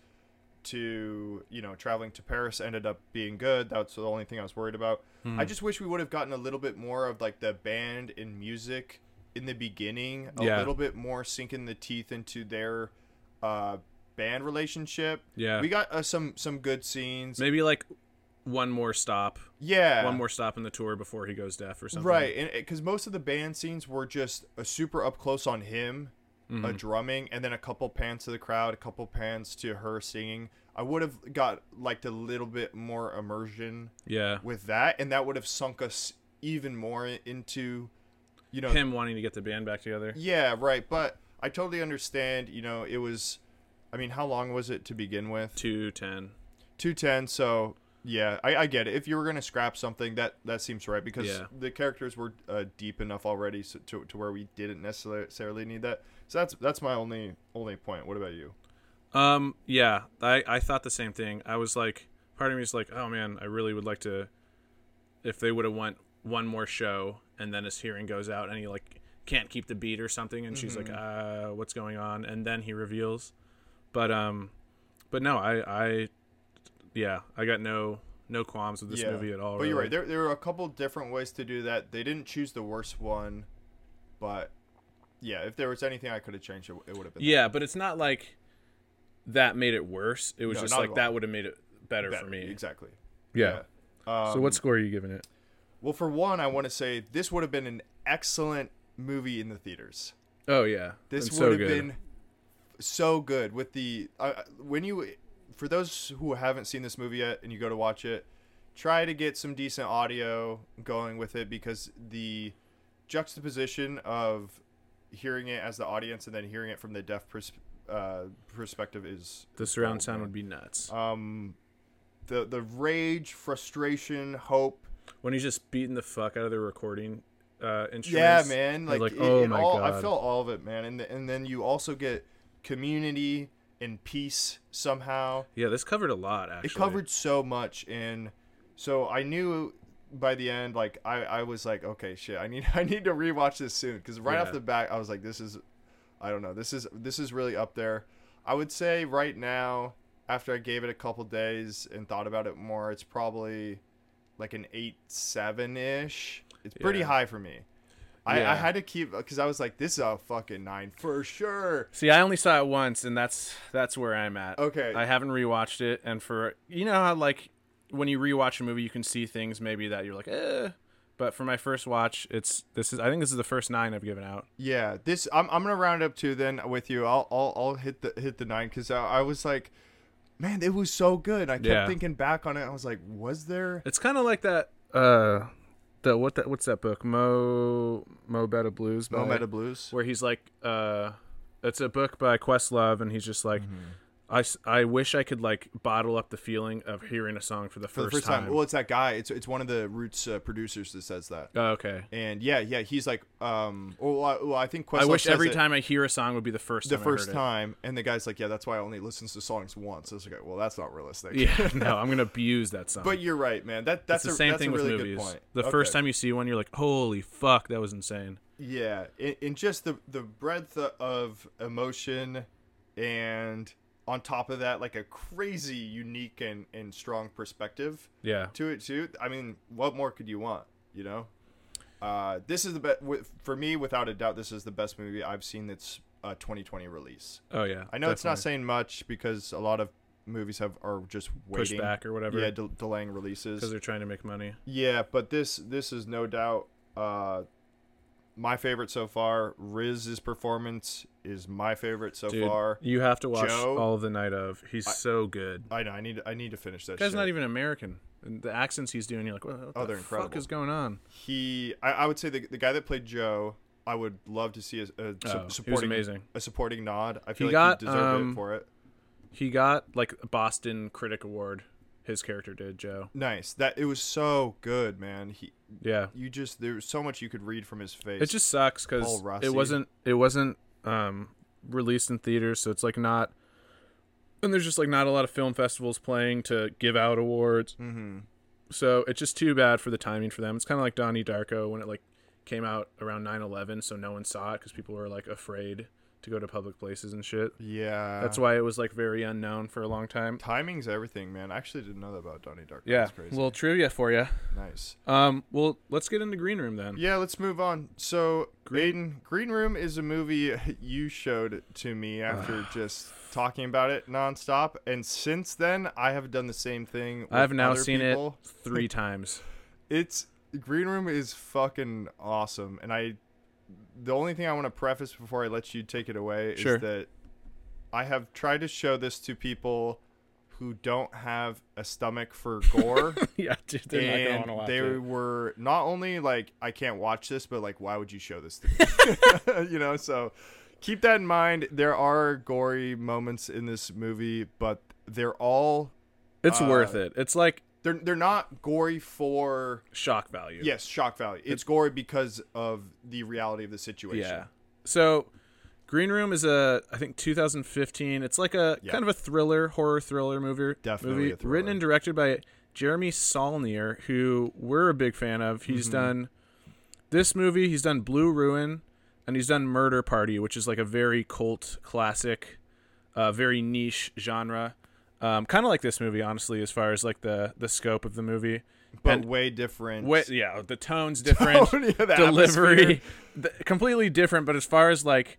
Speaker 1: to you know traveling to Paris ended up being good. That's the only thing I was worried about.
Speaker 2: Hmm.
Speaker 1: I just wish we would have gotten a little bit more of like the band and music in the beginning, a
Speaker 2: Yeah.
Speaker 1: little bit more sinking the teeth into their uh, band relationship.
Speaker 2: Yeah.
Speaker 1: we got uh, some some good scenes.
Speaker 2: maybe like one more stop
Speaker 1: yeah,
Speaker 2: one more stop in the tour before he goes deaf or something
Speaker 1: Right, and because most of the band scenes were just a super up close on him, a drumming, and then a couple pans to the crowd, a couple pans to her singing. I would have got like a little bit more immersion
Speaker 2: yeah
Speaker 1: with that, and that would have sunk us even more i- into, you know,
Speaker 2: him wanting to get the band back together.
Speaker 1: yeah, right. But I totally understand. You know, it was, I mean, how long was it to begin with?
Speaker 2: Two ten.
Speaker 1: two ten. So yeah, I, I get it. If you were gonna scrap something, that that seems right because
Speaker 2: Yeah.
Speaker 1: the characters were uh, deep enough already so, to to where we didn't necessarily need that. So that's that's my only only point. What about you?
Speaker 2: Um, yeah, I I thought the same thing. I was like, part of me is like, oh man, I really would like to, if they would have went one more show and then his hearing goes out and he like can't keep the beat or something, and she's like, uh,
Speaker 1: Mm-hmm.
Speaker 2: what's going on? And then he reveals, but um, but no, I I, yeah, I got no no qualms with this
Speaker 1: yeah.
Speaker 2: movie at all.
Speaker 1: But you're
Speaker 2: really.
Speaker 1: right. There there are a couple different ways to do that. They didn't choose the worst one, but yeah, if there was anything I could have changed, it, it would have been. that.
Speaker 2: Yeah, but it's not like that made it worse. It was
Speaker 1: No,
Speaker 2: just
Speaker 1: not at
Speaker 2: like
Speaker 1: all.
Speaker 2: that would have made it better,
Speaker 1: Better,
Speaker 2: for me.
Speaker 1: exactly.
Speaker 2: Yeah.
Speaker 1: Um,
Speaker 2: so what score are you giving it?
Speaker 1: Well, for one, I want to say this would have been an excellent movie in the theaters.
Speaker 2: Oh yeah,
Speaker 1: This
Speaker 2: Been
Speaker 1: would
Speaker 2: so
Speaker 1: have
Speaker 2: good.
Speaker 1: been so good with the uh, when you for those who haven't seen this movie yet and you go to watch it, try to get some decent audio going with it because the juxtaposition of hearing it as the audience and then hearing it from the deaf pers- uh, perspective is
Speaker 2: the surround
Speaker 1: Oh,
Speaker 2: sound would be nuts.
Speaker 1: um the the rage, frustration, hope.
Speaker 2: when he's just beating the fuck out of the recording uh, instruments.
Speaker 1: Yeah, man.
Speaker 2: You're
Speaker 1: Like,
Speaker 2: like,
Speaker 1: it,
Speaker 2: oh
Speaker 1: it
Speaker 2: my
Speaker 1: all, I
Speaker 2: God.
Speaker 1: felt all of it, man. And the, and then you also get community and peace somehow.
Speaker 2: Yeah, this covered a lot. Actually,
Speaker 1: It covered so much, and so I knew by the end, like I, I was like, okay, shit, I need I need to rewatch this soon because right
Speaker 2: Yeah.
Speaker 1: off the bat, I was like, this is, I don't know, this is this is really up there. I would say right now, after I gave it a couple days and thought about it more, it's probably like an eight seven ish. It's pretty
Speaker 2: Yeah.
Speaker 1: high for me. I, I
Speaker 2: Yeah.
Speaker 1: had to keep because I was like, this is a fucking nine for sure.
Speaker 2: See, I only saw it once, and that's that's where I'm at.
Speaker 1: Okay.
Speaker 2: I haven't rewatched it, and for you know how like when you rewatch a movie, you can see things maybe that you're like, eh. But for my first watch, it's this is I think this is the first nine I've given out.
Speaker 1: Yeah, this I'm, I'm gonna round up too. Then with you, I'll I'll, I'll hit the hit the nine because I, I was like, man, it was so good. I kept
Speaker 2: Yeah.
Speaker 1: thinking back on it. I was like, was there?
Speaker 2: It's kind of like that. Uh, the what that what's that book? Mo Mo Betta Blues. by-
Speaker 1: No Meta Blues.
Speaker 2: where he's like uh it's a book by questlove and he's just
Speaker 1: Mm-hmm.
Speaker 2: like I, s- I wish i could like bottle up the feeling of hearing a song for the
Speaker 1: For
Speaker 2: first,
Speaker 1: the first time. Well, it's that guy. It's it's one of the Roots uh, producers that says that.
Speaker 2: oh, okay
Speaker 1: And yeah, yeah, he's like, um, well, I, well, I think Questlove
Speaker 2: i wish
Speaker 1: says
Speaker 2: every
Speaker 1: it
Speaker 2: time i hear a song would be the first
Speaker 1: the
Speaker 2: time
Speaker 1: first
Speaker 2: I heard
Speaker 1: time, and the guy's like, yeah, that's why I only listens to songs once. I was like, well, that's not realistic.
Speaker 2: it. yeah no i'm gonna abuse that song
Speaker 1: But you're right, man. That that's
Speaker 2: it's the
Speaker 1: a,
Speaker 2: same
Speaker 1: that's
Speaker 2: thing
Speaker 1: a really
Speaker 2: with
Speaker 1: good
Speaker 2: movies
Speaker 1: point.
Speaker 2: the first
Speaker 1: Okay.
Speaker 2: time you see one you're like holy fuck that was insane
Speaker 1: Yeah, and, and just the the breadth of emotion, and on top of that, like a crazy unique and and strong perspective
Speaker 2: yeah
Speaker 1: to it too. I mean, what more could you want? You know, uh, this is the best for me, without a doubt. This is the best movie I've seen that's a 2020 release.
Speaker 2: oh yeah
Speaker 1: I know it's not
Speaker 2: definitely.
Speaker 1: saying much because a lot of movies have are just waiting,
Speaker 2: pushback or whatever
Speaker 1: yeah,
Speaker 2: because
Speaker 1: del delaying releases.
Speaker 2: they're trying to make money
Speaker 1: Yeah, but this this is no doubt uh my favorite so far. Riz's performance is my favorite so
Speaker 2: dude
Speaker 1: far.
Speaker 2: you have to watch
Speaker 1: Joe-
Speaker 2: all of the night of he's so good
Speaker 1: I know I need I need to finish that.
Speaker 2: guy's
Speaker 1: shit.
Speaker 2: not even American. And the accents he's doing, you're like, what, what
Speaker 1: Oh,
Speaker 2: the
Speaker 1: they're
Speaker 2: fuck
Speaker 1: incredible.
Speaker 2: is going on?
Speaker 1: he. I, I would say the, the guy that played Joe. I would love to see a, a su-
Speaker 2: Oh, he was
Speaker 1: supporting
Speaker 2: amazing.
Speaker 1: a supporting nod. I feel
Speaker 2: He
Speaker 1: like
Speaker 2: got,
Speaker 1: he deserved it
Speaker 2: um,
Speaker 1: for it.
Speaker 2: He got like a Boston Critic Award. His character did, Joe.
Speaker 1: Nice. That it was so good, man. He
Speaker 2: Yeah,
Speaker 1: you just there was so much you could read from his face.
Speaker 2: it just sucks because
Speaker 1: Paul Rossi.
Speaker 2: it wasn't it wasn't um, released in theaters, so it's like not. And there's just like not a lot of film festivals playing to give out awards,
Speaker 1: hmm
Speaker 2: so it's just too bad for the timing for them. It's kind of like Donnie Darko when it like came out around 9/11, so no one saw it because people were like afraid to go to public places and shit.
Speaker 1: Yeah.
Speaker 2: That's why it was like very unknown for a long time.
Speaker 1: timing's everything, man. I actually didn't know that about Donnie Darko.
Speaker 2: Yeah,
Speaker 1: That's crazy.
Speaker 2: little trivia for you.
Speaker 1: nice.
Speaker 2: Um, well, let's get into Green Room then.
Speaker 1: Yeah, let's move on. So, Green Green Room is a movie you showed to me after just talking about it nonstop, and since then I have done the same thing. With
Speaker 2: I've now
Speaker 1: other
Speaker 2: seen
Speaker 1: people.
Speaker 2: it three times.
Speaker 1: It's Green Room is fucking awesome, and I. The only thing I want to preface before I let you take it away is
Speaker 2: Sure.
Speaker 1: that I have tried to show this to people who don't have a stomach for gore.
Speaker 2: yeah, dude,
Speaker 1: and they were not only like I can't watch this, but like why would you show this to me? you know, so keep that in mind. There are gory moments in this movie, but they're all
Speaker 2: It's
Speaker 1: uh,
Speaker 2: worth it. It's like
Speaker 1: they're they're not gory for
Speaker 2: shock value.
Speaker 1: yes shock value. It's gory because of the reality of the situation.
Speaker 2: Yeah. So, Green Room is a I think 2015. It's like a
Speaker 1: Yeah.
Speaker 2: kind of a thriller, horror thriller movie.
Speaker 1: Definitely
Speaker 2: movie,
Speaker 1: a thriller.
Speaker 2: written and directed by Jeremy Saulnier, who we're a big fan of. He's
Speaker 1: Mm-hmm.
Speaker 2: done this movie. He's done Blue Ruin, and he's done Murder Party, which is like a very cult classic, uh, very niche genre. Um, kind of like this movie, honestly, as far as like the the scope of the movie.
Speaker 1: but
Speaker 2: And-
Speaker 1: way different.
Speaker 2: Wait, yeah, the tone's different.
Speaker 1: Yeah, the atmosphere.
Speaker 2: delivery, th- completely different. But as far as like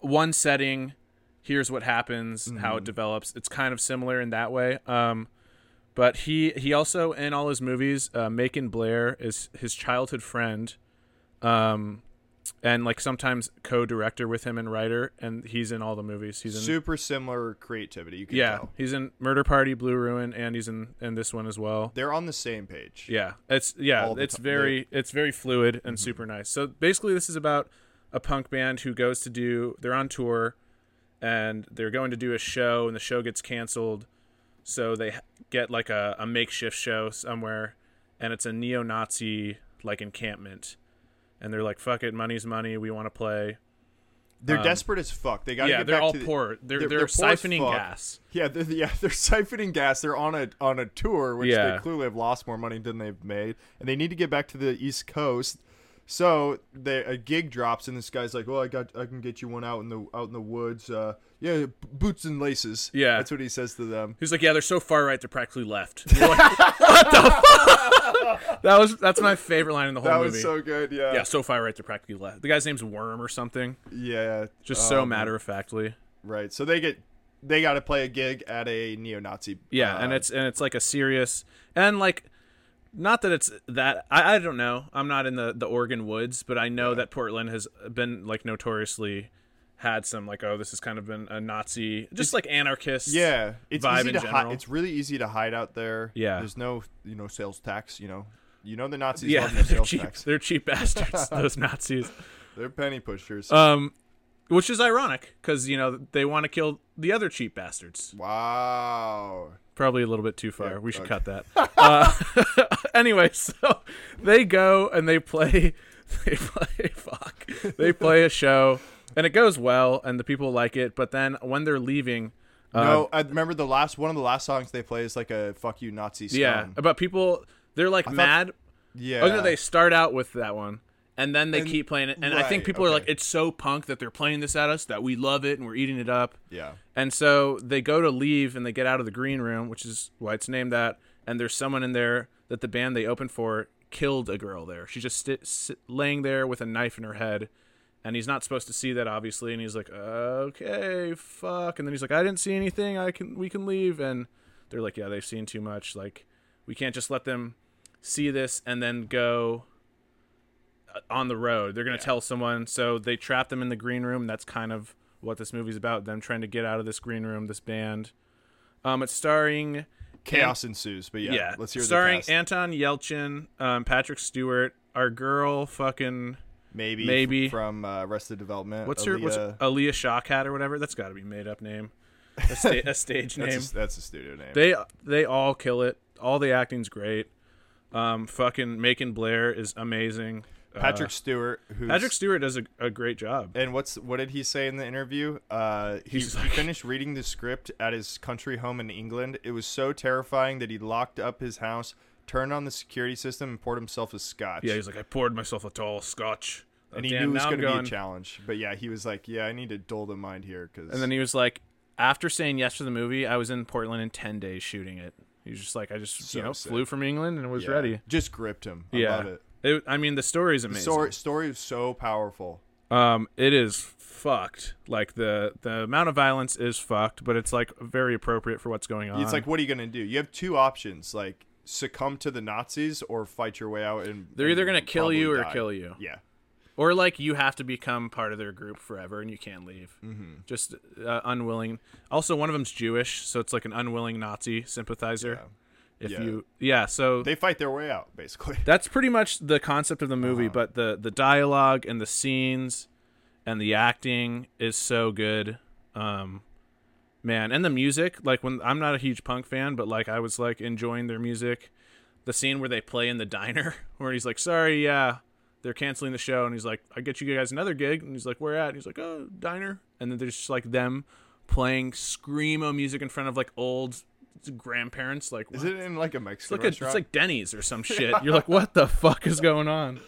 Speaker 2: one setting, here's what happens,
Speaker 1: Mm-hmm.
Speaker 2: how it develops. It's kind of similar in that way. Um, but he he also in all his movies, uh, Macon Blair is his childhood friend, um, and like sometimes co-director with him and writer, and he's in all the movies. He's in
Speaker 1: super similar creativity. You can
Speaker 2: yeah,
Speaker 1: tell.
Speaker 2: he's in Murder Party, Blue Ruin, and he's in in this one as well.
Speaker 1: they're on the same page.
Speaker 2: Yeah, it's yeah,
Speaker 1: all the Mm-hmm.
Speaker 2: it's
Speaker 1: ti-
Speaker 2: very it's very fluid and super nice. So basically, this is about a punk band who goes to do they're on tour, and they're going to do a show, and the show gets canceled, so they h- get like a, a makeshift show somewhere, and it's a neo-Nazi like encampment, and they're like, "Fuck it, money's money, we want to play."
Speaker 1: They're desperate as fuck. They got
Speaker 2: um, yeah,
Speaker 1: get
Speaker 2: they're
Speaker 1: back
Speaker 2: all
Speaker 1: to the-
Speaker 2: poor. They're they're,
Speaker 1: poor as
Speaker 2: siphoning
Speaker 1: fuck.
Speaker 2: gas.
Speaker 1: Yeah, they're, yeah, they're siphoning gas. They're on a on a tour, which
Speaker 2: Yeah.
Speaker 1: they clearly have lost more money than they've made, and they need to get back to the East Coast. So they, a gig drops, and this guy's like, "Well, I got, I can get you one out in the out in the woods. Uh, yeah, b- boots and laces.
Speaker 2: Yeah.
Speaker 1: that's what he says to them.
Speaker 2: He's like, yeah, they're so far right, they're practically left. You're like, what the fuck? that was that's my favorite line in the whole
Speaker 1: That
Speaker 2: movie.
Speaker 1: was so good. Yeah,
Speaker 2: yeah, so far right, they're practically left. The guy's name's Worm or something.
Speaker 1: yeah.
Speaker 2: Just so
Speaker 1: um,
Speaker 2: matter of factly.
Speaker 1: Right. So they get, they got to play a gig at a neo-Nazi.
Speaker 2: Yeah,
Speaker 1: uh,
Speaker 2: and it's and it's like a serious and like not that it's that I, I don't know. I'm not in the the Oregon woods, but I know that Portland has been like notoriously had some like oh this has kind of been a Nazi just like anarchist
Speaker 1: yeah, it's
Speaker 2: vibe
Speaker 1: easy
Speaker 2: in
Speaker 1: to
Speaker 2: general.
Speaker 1: hide. It's really easy to hide out there.
Speaker 2: Yeah.
Speaker 1: There's no, you know, sales tax. You know, you know the Nazis
Speaker 2: yeah
Speaker 1: love their
Speaker 2: they're
Speaker 1: sales
Speaker 2: cheap
Speaker 1: tax.
Speaker 2: they're cheap bastards those Nazis
Speaker 1: They're penny pushers.
Speaker 2: um which is ironic because you know they want to kill the other cheap bastards
Speaker 1: wow.
Speaker 2: probably a little bit too far.
Speaker 1: Yeah,
Speaker 2: we should
Speaker 1: okay.
Speaker 2: cut that. uh, anyway, so they go and they play. They play. Fuck. They play a show, and it goes well, and the people like it. But then when they're leaving, uh,
Speaker 1: no, I remember the last one of the last songs they play is like a "fuck you Nazi" song.
Speaker 2: yeah, but people they're like mad.
Speaker 1: yeah.
Speaker 2: Oh no, they start out with that one. And then they keep playing it, and I think
Speaker 1: right,
Speaker 2: people are
Speaker 1: okay.
Speaker 2: like, "It's so punk that they're playing this at us that we love it and we're eating it up."
Speaker 1: yeah.
Speaker 2: And so they go to leave and they get out of the green room, which is why it's named that. And there's someone in there that the band they opened for killed a girl there. She's just sti sit, laying there with a knife in her head. And he's not supposed to see that, obviously. And he's like, okay, fuck. And then he's like, I didn't see anything. I can, we can leave. And they're like, yeah, they've seen too much. Like, we can't just let them see this and then go uh, on the road. They're going to tell someone. So they trap them in the green room. That's kind of what this movie's about them trying to get out of this green room, this band. Um, it's starring,
Speaker 1: Chaos ensues, but yeah,
Speaker 2: yeah,
Speaker 1: let's hear
Speaker 2: starring
Speaker 1: the cast.
Speaker 2: Anton Yelchin, um, Patrick Stewart, our girl, fucking,
Speaker 1: maybe
Speaker 2: maybe-
Speaker 1: from uh, Arrested Development. uh,
Speaker 2: what's her, what's her,
Speaker 1: Aaliyah-
Speaker 2: Aaliyah Shockhat or whatever? That's got to be made up name, a, sta- a stage name.
Speaker 1: That's a, that's a studio name.
Speaker 2: They they all kill it. All the acting's great. Um, fucking Macon Blair is amazing. Uh,
Speaker 1: Patrick Stewart, who's
Speaker 2: Patrick Stewart does a, a great job.
Speaker 1: and what's what did he say in the interview? Uh, he,
Speaker 2: He's
Speaker 1: he
Speaker 2: like-
Speaker 1: finished reading the script at his country home in England. It was so terrifying that he locked up his house, turned on the security system, and poured himself a scotch.
Speaker 2: Yeah, he's like I poured myself a tall scotch.
Speaker 1: and he
Speaker 2: Damn,
Speaker 1: knew it was
Speaker 2: now
Speaker 1: going
Speaker 2: I'm
Speaker 1: to be a
Speaker 2: going-
Speaker 1: challenge. But yeah, he was like, "Yeah, I need to dull the mind here." Because
Speaker 2: And then he was like, after saying yes to the movie, I was in Portland in ten days shooting it. He was just like, I just
Speaker 1: So
Speaker 2: you know
Speaker 1: sick.
Speaker 2: flew from England and was ready.
Speaker 1: just gripped him. I
Speaker 2: yeah,
Speaker 1: love it.
Speaker 2: It- I mean the story's amazing.
Speaker 1: Story story is so powerful.
Speaker 2: Um, it is fucked. Like the the amount of violence is fucked, but it's like very appropriate for what's going on.
Speaker 1: It's like, what are you gonna do? You have two options: like succumb to the Nazis or fight your way out. And
Speaker 2: They're either gonna kill you or kill
Speaker 1: you.
Speaker 2: you,
Speaker 1: Yeah,
Speaker 2: or like you have to become part of their group forever and you can't leave. Mm-hmm. Just uh, unwilling. Also, one of them's Jewish, so it's like an unwilling Nazi sympathizer. If
Speaker 1: Yeah.
Speaker 2: you, yeah, so
Speaker 1: they fight their way out basically.
Speaker 2: that's pretty much the concept of the movie. But the the dialogue and the scenes and the acting is so good, um, man. And the music, like when I'm not a huge punk fan, but like I was like enjoying their music. The scene where they play in the diner, where he's like, "Sorry, yeah, they're canceling the show," and he's like, "I get you guys another gig," and he's like, "Where at?" And he's like, "Oh, diner," and then there's just like them playing screamo music in front of like old grandparents like
Speaker 1: Is it in like a Mexican
Speaker 2: it's like, a,
Speaker 1: restaurant?
Speaker 2: it's like Denny's or some shit. You're like, what the fuck is going on?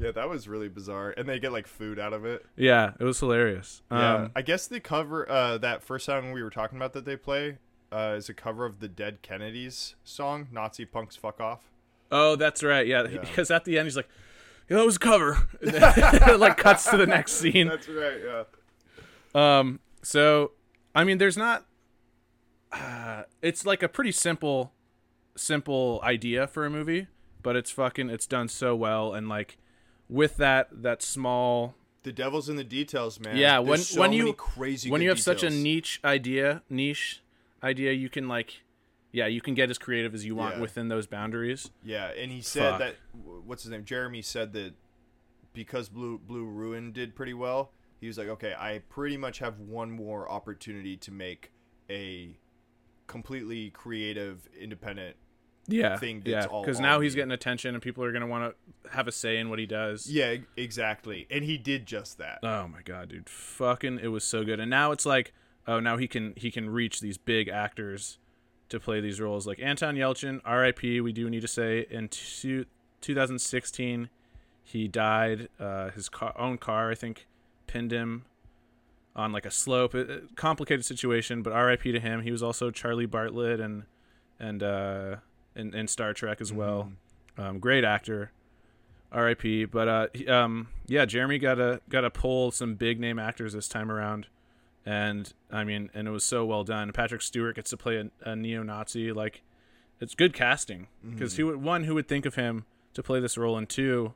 Speaker 1: yeah, that was really bizarre. And they get like food out of it.
Speaker 2: Yeah, it was hilarious.
Speaker 1: Yeah,
Speaker 2: Um,
Speaker 1: I guess the cover uh, that first song we were talking about that they play uh, is a cover of the Dead Kennedys song "Nazi Punks Fuck Off."
Speaker 2: oh, that's right. Yeah, because at the end he's like, yeah, that was a cover. And then it like cuts to the next scene.
Speaker 1: That's right. Yeah.
Speaker 2: Um, so I mean, there's not. Uh, it's like a pretty simple, simple idea for a movie, but it's fucking. It's done so well, and like with that that small
Speaker 1: The devil's in the details, man.
Speaker 2: Yeah,
Speaker 1: There's
Speaker 2: when
Speaker 1: so
Speaker 2: when
Speaker 1: many
Speaker 2: you
Speaker 1: crazy
Speaker 2: when
Speaker 1: good
Speaker 2: you have such a
Speaker 1: details.
Speaker 2: niche idea, niche idea, you can like, yeah, you can get as creative as you want
Speaker 1: Yeah.
Speaker 2: within those boundaries.
Speaker 1: Yeah, and he said
Speaker 2: Fuck.
Speaker 1: that what's his name? Jeremy said that because Blue Blue Ruin did pretty well, he was like, "Okay, I pretty much have one more opportunity to make a completely creative, independent."
Speaker 2: Yeah,
Speaker 1: Thing
Speaker 2: yeah,
Speaker 1: that's all
Speaker 2: because now
Speaker 1: on
Speaker 2: he's
Speaker 1: you.
Speaker 2: getting attention, and people are gonna want to have a say in what he does.
Speaker 1: Yeah, e- exactly. And he did just that.
Speaker 2: Oh my god, dude, fucking, it was so good, and now it's like, oh, now he can he can reach these big actors to play these roles, like Anton Yelchin, R.I.P. We do need to say in two, 2016, He died. Uh, his car, own car, I think, pinned him on like a slope. It- it- complicated situation, but R.I.P. to him. He was also Charlie Bartlett and and uh, and, and Star Trek as well. Um, great actor. R.I.P. But uh, he- um, yeah, Jeremy got to got to pull some big name actors this time around, and I mean, and it was so well done. Patrick Stewart gets to play a, a neo Nazi. Like, it's good casting because who would one who would think of him to play this role, and two,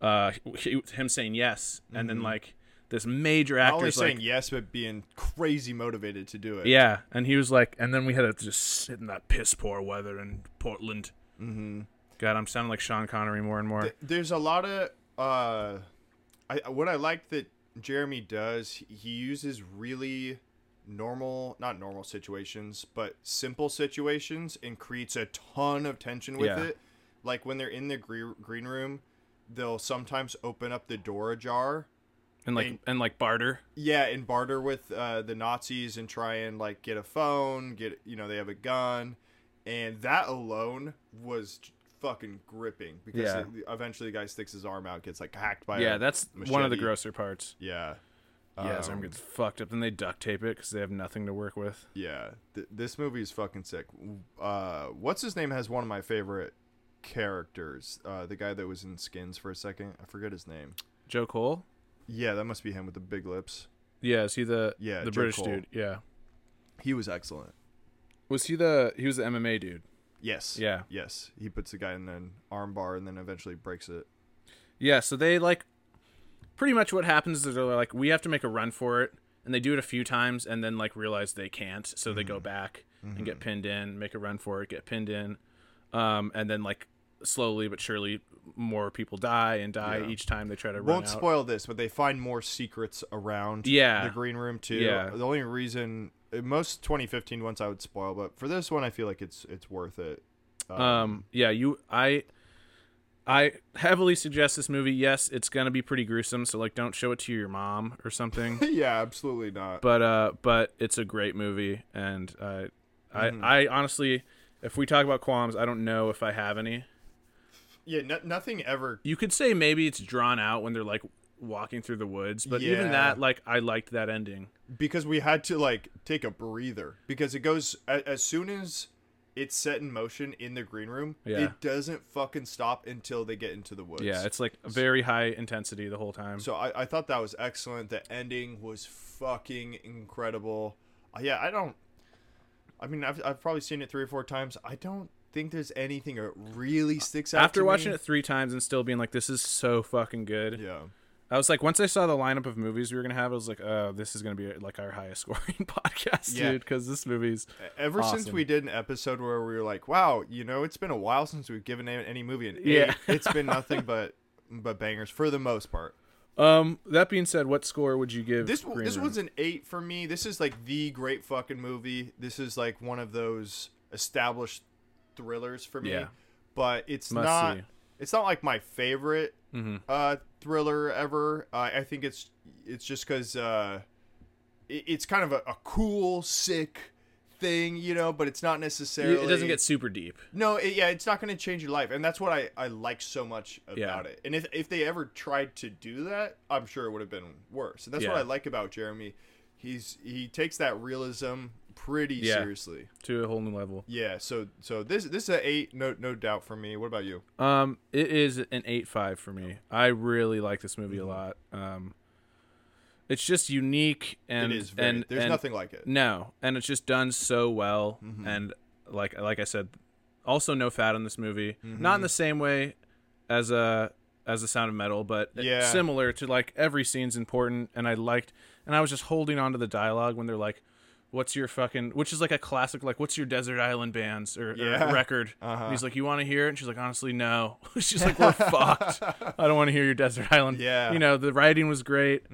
Speaker 2: uh, he- him saying yes, and then like this major
Speaker 1: Not only
Speaker 2: actor's
Speaker 1: saying
Speaker 2: like,
Speaker 1: yes, but being crazy motivated to do it.
Speaker 2: yeah, and he was like, and then we had to just sit in that piss poor weather in Portland. Mm-hmm. God, I'm sounding like Sean Connery more and more.
Speaker 1: Th- There's a lot of uh, I what I like that Jeremy does. he- He uses really normal, not normal situations, but simple situations, and creates a ton of tension with
Speaker 2: Yeah.
Speaker 1: it. Like when they're in the gre- green room, they'll sometimes open up the door ajar.
Speaker 2: and like
Speaker 1: and-
Speaker 2: and like barter.
Speaker 1: Yeah, and barter with uh, the Nazis and try and like get a phone, get you know they have a gun, and that alone was j- fucking gripping because
Speaker 2: Yeah.
Speaker 1: the- the- eventually the guy sticks his arm out, gets like hacked by
Speaker 2: Yeah,
Speaker 1: a
Speaker 2: that's one of
Speaker 1: machete.
Speaker 2: the grosser parts.
Speaker 1: yeah
Speaker 2: Yeah, his arm
Speaker 1: Um,
Speaker 2: gets fucked up. Then they duct tape it because they have nothing to work with.
Speaker 1: yeah. Th- this movie is fucking sick. Uh, what's his name has one of my favorite characters. Uh, the guy that was in Skins for a second, I forget his name.
Speaker 2: Joe Cole.
Speaker 1: Yeah, that must be him with the big lips.
Speaker 2: Yeah, is he the
Speaker 1: Yeah,
Speaker 2: the
Speaker 1: Joe
Speaker 2: British
Speaker 1: Cole.
Speaker 2: dude? Yeah.
Speaker 1: He was excellent.
Speaker 2: Was he the he was the MMA dude?
Speaker 1: Yes.
Speaker 2: Yeah.
Speaker 1: Yes. He puts the guy in an arm bar and then eventually breaks it.
Speaker 2: Yeah, so they like pretty much what happens is they're like we have to make a run for it and they do it a few times and then like realize they can't, so they
Speaker 1: Mm-hmm.
Speaker 2: go back and get pinned in, make a run for it, get pinned in. Um and then like slowly but surely more people die and die
Speaker 1: Yeah.
Speaker 2: each time they try to run
Speaker 1: Won't
Speaker 2: out.
Speaker 1: spoil this, but they find more secrets around
Speaker 2: Yeah.
Speaker 1: the green room too.
Speaker 2: Yeah.
Speaker 1: The only reason uh, most 2015 ones I would spoil, but for this one I feel like it's it's worth it. Uh,
Speaker 2: Um, yeah, you, I, I heavily suggest this movie. Yes, it's gonna be pretty gruesome, so like, don't show it to your mom or something.
Speaker 1: yeah, absolutely not.
Speaker 2: Uh, but uh, but it's a great movie, and uh, I,
Speaker 1: Mm-hmm.
Speaker 2: I honestly, if we talk about qualms, I don't know if I have any.
Speaker 1: yeah, no, nothing ever
Speaker 2: You could say maybe it's drawn out when they're like walking through the woods, but even
Speaker 1: Yeah.
Speaker 2: that, like, I liked that ending.
Speaker 1: because we had to like take a breather because it goes a- as soon as it's set in motion in the green room,
Speaker 2: Yeah.
Speaker 1: it doesn't fucking stop until they get into the woods.
Speaker 2: Yeah, it's like very high intensity the whole time.
Speaker 1: So I, I thought that was excellent. The ending was fucking incredible. Uh, yeah, I don't. I mean, I've, I've probably seen it three or four times. I don't think there's anything that really sticks out.
Speaker 2: After
Speaker 1: to
Speaker 2: watching
Speaker 1: me.
Speaker 2: it three times and still being like, "This is so fucking good,"
Speaker 1: yeah,
Speaker 2: I was like, once I saw the lineup of movies we were gonna have, I was like, oh, this is gonna be like our highest scoring podcast,
Speaker 1: Yeah.
Speaker 2: dude, because this movie's
Speaker 1: ever since
Speaker 2: Awesome.
Speaker 1: we did an episode where we were like, "Wow, you know, it's been a while since we've given a- any movie an eight.
Speaker 2: Yeah.
Speaker 1: it's been nothing but but bangers for the most part."
Speaker 2: um. That being said, what score would you give
Speaker 1: Uh, This
Speaker 2: Green
Speaker 1: this
Speaker 2: Room?
Speaker 1: one's an eight for me. This is like the great fucking movie. This is like one of those established thrillers for me.
Speaker 2: Yeah.
Speaker 1: But it's
Speaker 2: Must
Speaker 1: not
Speaker 2: see. Mm-hmm.
Speaker 1: it's not like my favorite uh, thriller ever. Uh, I think it's it's just because uh, it, it's kind of a, a cool, sick thing, you know. But it's not necessarily
Speaker 2: It doesn't get super deep.
Speaker 1: no, it, yeah, it's not going to change your life, and that's what I, I like so much about
Speaker 2: Yeah.
Speaker 1: it. And if if they ever tried to do that, I'm sure it would have been worse. And that's what
Speaker 2: Yeah.
Speaker 1: I like about Jeremy. He's he takes that realism pretty
Speaker 2: Yeah.
Speaker 1: seriously.
Speaker 2: to a whole new level.
Speaker 1: Yeah. So so this this is a eight, no no doubt for me. What about you?
Speaker 2: Um, it is an eight five for me. I really like this movie
Speaker 1: Mm-hmm.
Speaker 2: a lot. Um, it's just unique and
Speaker 1: it is very,
Speaker 2: and
Speaker 1: there's
Speaker 2: and-
Speaker 1: nothing like it.
Speaker 2: No, and it's just done so well.
Speaker 1: Mm-hmm.
Speaker 2: And like like I said, also no fat in this movie.
Speaker 1: Mm-hmm.
Speaker 2: Not in the same way as a as the Sound of Metal, but
Speaker 1: Yeah.
Speaker 2: similar to like every scene's important. And I liked, and I was just holding on to the dialogue when they're like, "What's your fucking?" Which is like a classic, like "What's your Desert Island bands or, or
Speaker 1: Yeah. Uh-huh.
Speaker 2: record?" And he's like, "You want to hear it?" And she's like, "Honestly, no." she's like, "We're fucked. I don't want to hear your Desert Island."
Speaker 1: Yeah. Mm-hmm.
Speaker 2: you know the writing was great.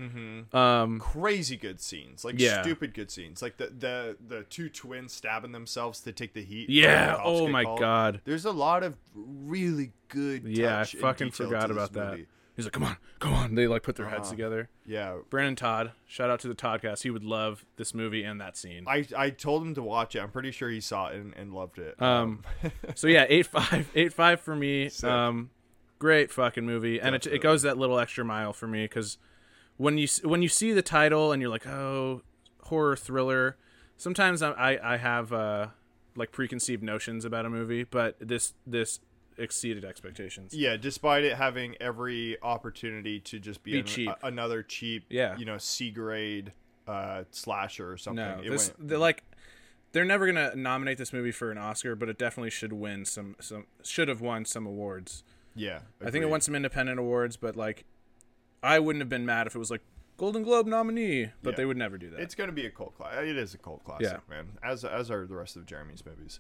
Speaker 2: Um,
Speaker 1: Crazy good scenes, like
Speaker 2: Yeah.
Speaker 1: stupid good scenes, like the the the two twins stabbing themselves to take the heat. when the
Speaker 2: yeah.
Speaker 1: cops
Speaker 2: Oh
Speaker 1: get
Speaker 2: my
Speaker 1: called.
Speaker 2: god.
Speaker 1: There's a lot of really good.
Speaker 2: Yeah, I
Speaker 1: touch and
Speaker 2: fucking
Speaker 1: detail
Speaker 2: forgot
Speaker 1: to this
Speaker 2: about that.
Speaker 1: movie. Uh-huh.
Speaker 2: He's like, "Come on, come on!" They like put their heads together.
Speaker 1: Yeah,
Speaker 2: Brandon Todd, shout out to the Toddcast. He would love this movie and that scene.
Speaker 1: I, I told him to watch it. I'm pretty sure he
Speaker 2: Uh,
Speaker 1: saw it and, and loved it.
Speaker 2: Um, so yeah, eight five, eight five for me.
Speaker 1: Sick.
Speaker 2: Um, great fucking movie, and it, it
Speaker 1: Definitely.
Speaker 2: goes that little extra mile for me because when you s- when you see the title and you're like, oh, horror thriller. Sometimes I I, I have uh, like preconceived notions about a movie, but this this exceeded expectations.
Speaker 1: Yeah, despite it having every opportunity to just be,
Speaker 2: Be
Speaker 1: an-
Speaker 2: cheap.
Speaker 1: a- another cheap,
Speaker 2: Yeah.
Speaker 1: you know, C grade uh, slasher or something.
Speaker 2: No,
Speaker 1: It
Speaker 2: this
Speaker 1: went-
Speaker 2: they're like they're never gonna nominate this movie for an Oscar, but it definitely should win some some should have won some awards.
Speaker 1: yeah,
Speaker 2: I think it won some independent awards, but like I wouldn't have been mad if it was like Golden Globe nominee, but
Speaker 1: Yeah.
Speaker 2: they would never do that.
Speaker 1: It's gonna be a cult classic. It is a cult classic,
Speaker 2: Yeah.
Speaker 1: man. As as are the rest of Jeremy's movies.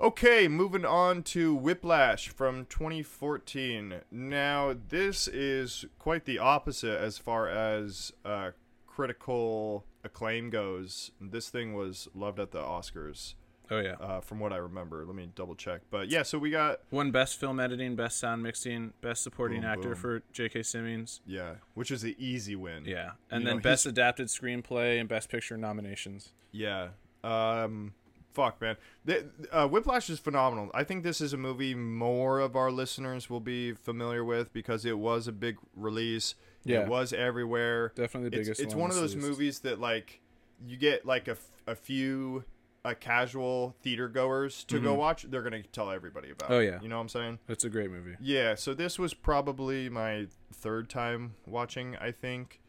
Speaker 1: Okay, moving on to Whiplash from 2014. Now this is quite the opposite as far as uh, critical acclaim goes. This thing was loved at the Oscars,
Speaker 2: oh yeah,
Speaker 1: uh, from what I remember. Let me double check. But yeah, so we got
Speaker 2: won best film editing, best sound mixing, best supporting
Speaker 1: Boom,
Speaker 2: actor
Speaker 1: boom.
Speaker 2: for J.K. Simmons.
Speaker 1: yeah, which is the easy win.
Speaker 2: Yeah, and
Speaker 1: You
Speaker 2: then
Speaker 1: know,
Speaker 2: best adapted screenplay and best picture nominations.
Speaker 1: Yeah. Um fuck man. The, uh, Whiplash is phenomenal. I think this is a movie more of our listeners will be familiar with because it was a big release.
Speaker 2: Yeah.
Speaker 1: It was everywhere.
Speaker 2: Definitely the
Speaker 1: It's,
Speaker 2: biggest.
Speaker 1: it's
Speaker 2: on
Speaker 1: one of
Speaker 2: this
Speaker 1: those
Speaker 2: list.
Speaker 1: movies that like you get like a, f- a few uh casual theater goers to go watch, they're going to tell everybody about.
Speaker 2: Mm-hmm. Oh,
Speaker 1: it.
Speaker 2: yeah.
Speaker 1: You know what I'm saying?
Speaker 2: It's a great movie.
Speaker 1: Yeah, so this was probably my third time watching, I think.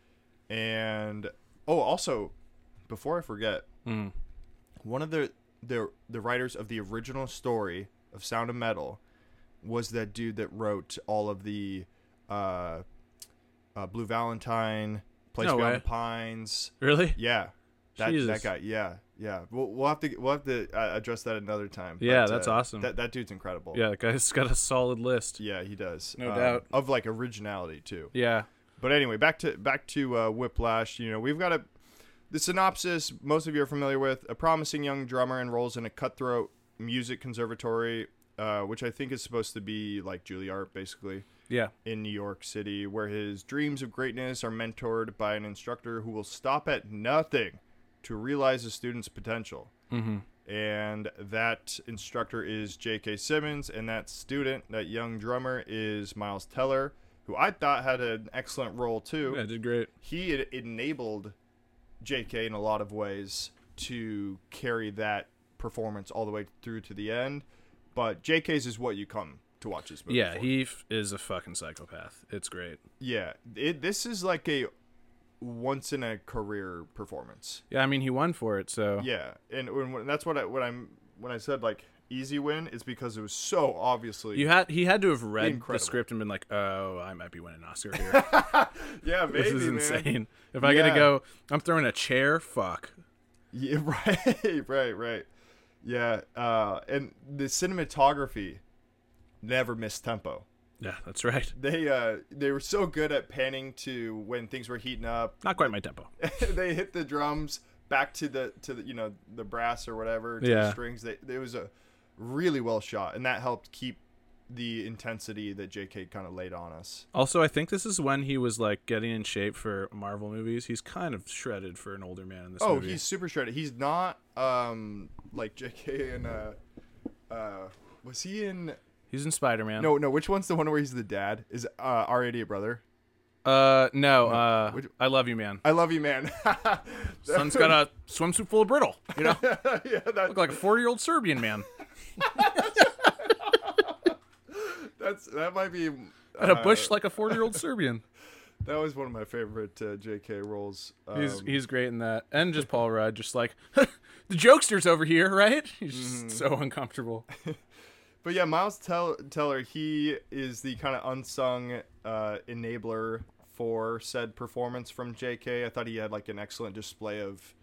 Speaker 1: And oh, also, before I forget,
Speaker 2: Mm.
Speaker 1: one of the the the writers of the original story of Sound of Metal was that dude that wrote all of the uh, uh, Blue Valentine, Place
Speaker 2: No
Speaker 1: Beyond
Speaker 2: way.
Speaker 1: the Pines.
Speaker 2: Really?
Speaker 1: Yeah, that
Speaker 2: Jesus.
Speaker 1: that guy. Yeah, yeah. We'll, we'll have to we'll have to uh, address that another time. uh,
Speaker 2: Yeah, that's awesome.
Speaker 1: That that dude's incredible.
Speaker 2: Yeah, that guy's got a solid list.
Speaker 1: Yeah, he does.
Speaker 2: No
Speaker 1: Um,
Speaker 2: doubt.
Speaker 1: Of like originality too.
Speaker 2: Yeah.
Speaker 1: But anyway, back to back to uh, Whiplash. You know, we've got a the synopsis most of you are familiar with. A promising young drummer enrolls in a cutthroat music conservatory, uh, which I think is supposed to be like Juilliard, basically
Speaker 2: Yeah.
Speaker 1: in New York City, where his dreams of greatness are mentored by an instructor who will stop at nothing to realize a student's potential. Mm-hmm. And that instructor is J.K. Simmons, and that student, that young drummer, is Miles Teller, who I thought had an excellent role too.
Speaker 2: Yeah, it did great.
Speaker 1: He had enabled J.K. in a lot of ways to carry that performance all the way through to the end. But J.K.'s is what you come to watch this movie.
Speaker 2: Yeah,
Speaker 1: for.
Speaker 2: he f- is a fucking psychopath. It's great.
Speaker 1: Yeah, it, this is like a once in a career performance.
Speaker 2: Yeah, I mean he won for it, so
Speaker 1: Yeah, and, when- when- that's what I when I'm when I said like easy win is because it was so obviously
Speaker 2: you had he had to have read
Speaker 1: Incredible.
Speaker 2: the script and been like, "Oh, I might be winning an Oscar here.
Speaker 1: yeah maybe
Speaker 2: this is
Speaker 1: man.
Speaker 2: insane. If I gotta
Speaker 1: Yeah.
Speaker 2: go, I'm throwing a chair. Fuck.
Speaker 1: yeah right right right yeah uh, and the cinematography never missed tempo
Speaker 2: Yeah, that's right.
Speaker 1: they uh they were so good at panning to when things were heating up
Speaker 2: Not quite my tempo.
Speaker 1: they hit the drums back to the to the you know the brass or whatever to the
Speaker 2: Yeah.
Speaker 1: strings they it was a really well shot and that helped keep the intensity that jk kind of laid on us
Speaker 2: Also, I think this is when he was like getting in shape for Marvel movies. He's kind of shredded for an older man in this
Speaker 1: oh
Speaker 2: movie.
Speaker 1: he's super shredded he's not um like jk and uh uh was he in
Speaker 2: He's in Spider Man.
Speaker 1: no no which one's the one where he's the dad is uh our idiot brother
Speaker 2: uh, no, uh,
Speaker 1: Which-
Speaker 2: I love you, man.
Speaker 1: i love you man
Speaker 2: Son's got a swimsuit full of brittle. You know,
Speaker 1: yeah that,
Speaker 2: look like a forty year old Serbian man.
Speaker 1: that's that might be
Speaker 2: Had a bush like a forty year old Serbian.
Speaker 1: that was one of my favorite uh, jk roles um,
Speaker 2: He's he's great in that, and just Paul Rudd, just like the jokester's over here, right? He's just so uncomfortable.
Speaker 1: But yeah, Miles Tell- Teller, he is the kind of unsung uh, enabler for said performance from JK. I thought he had like an excellent display of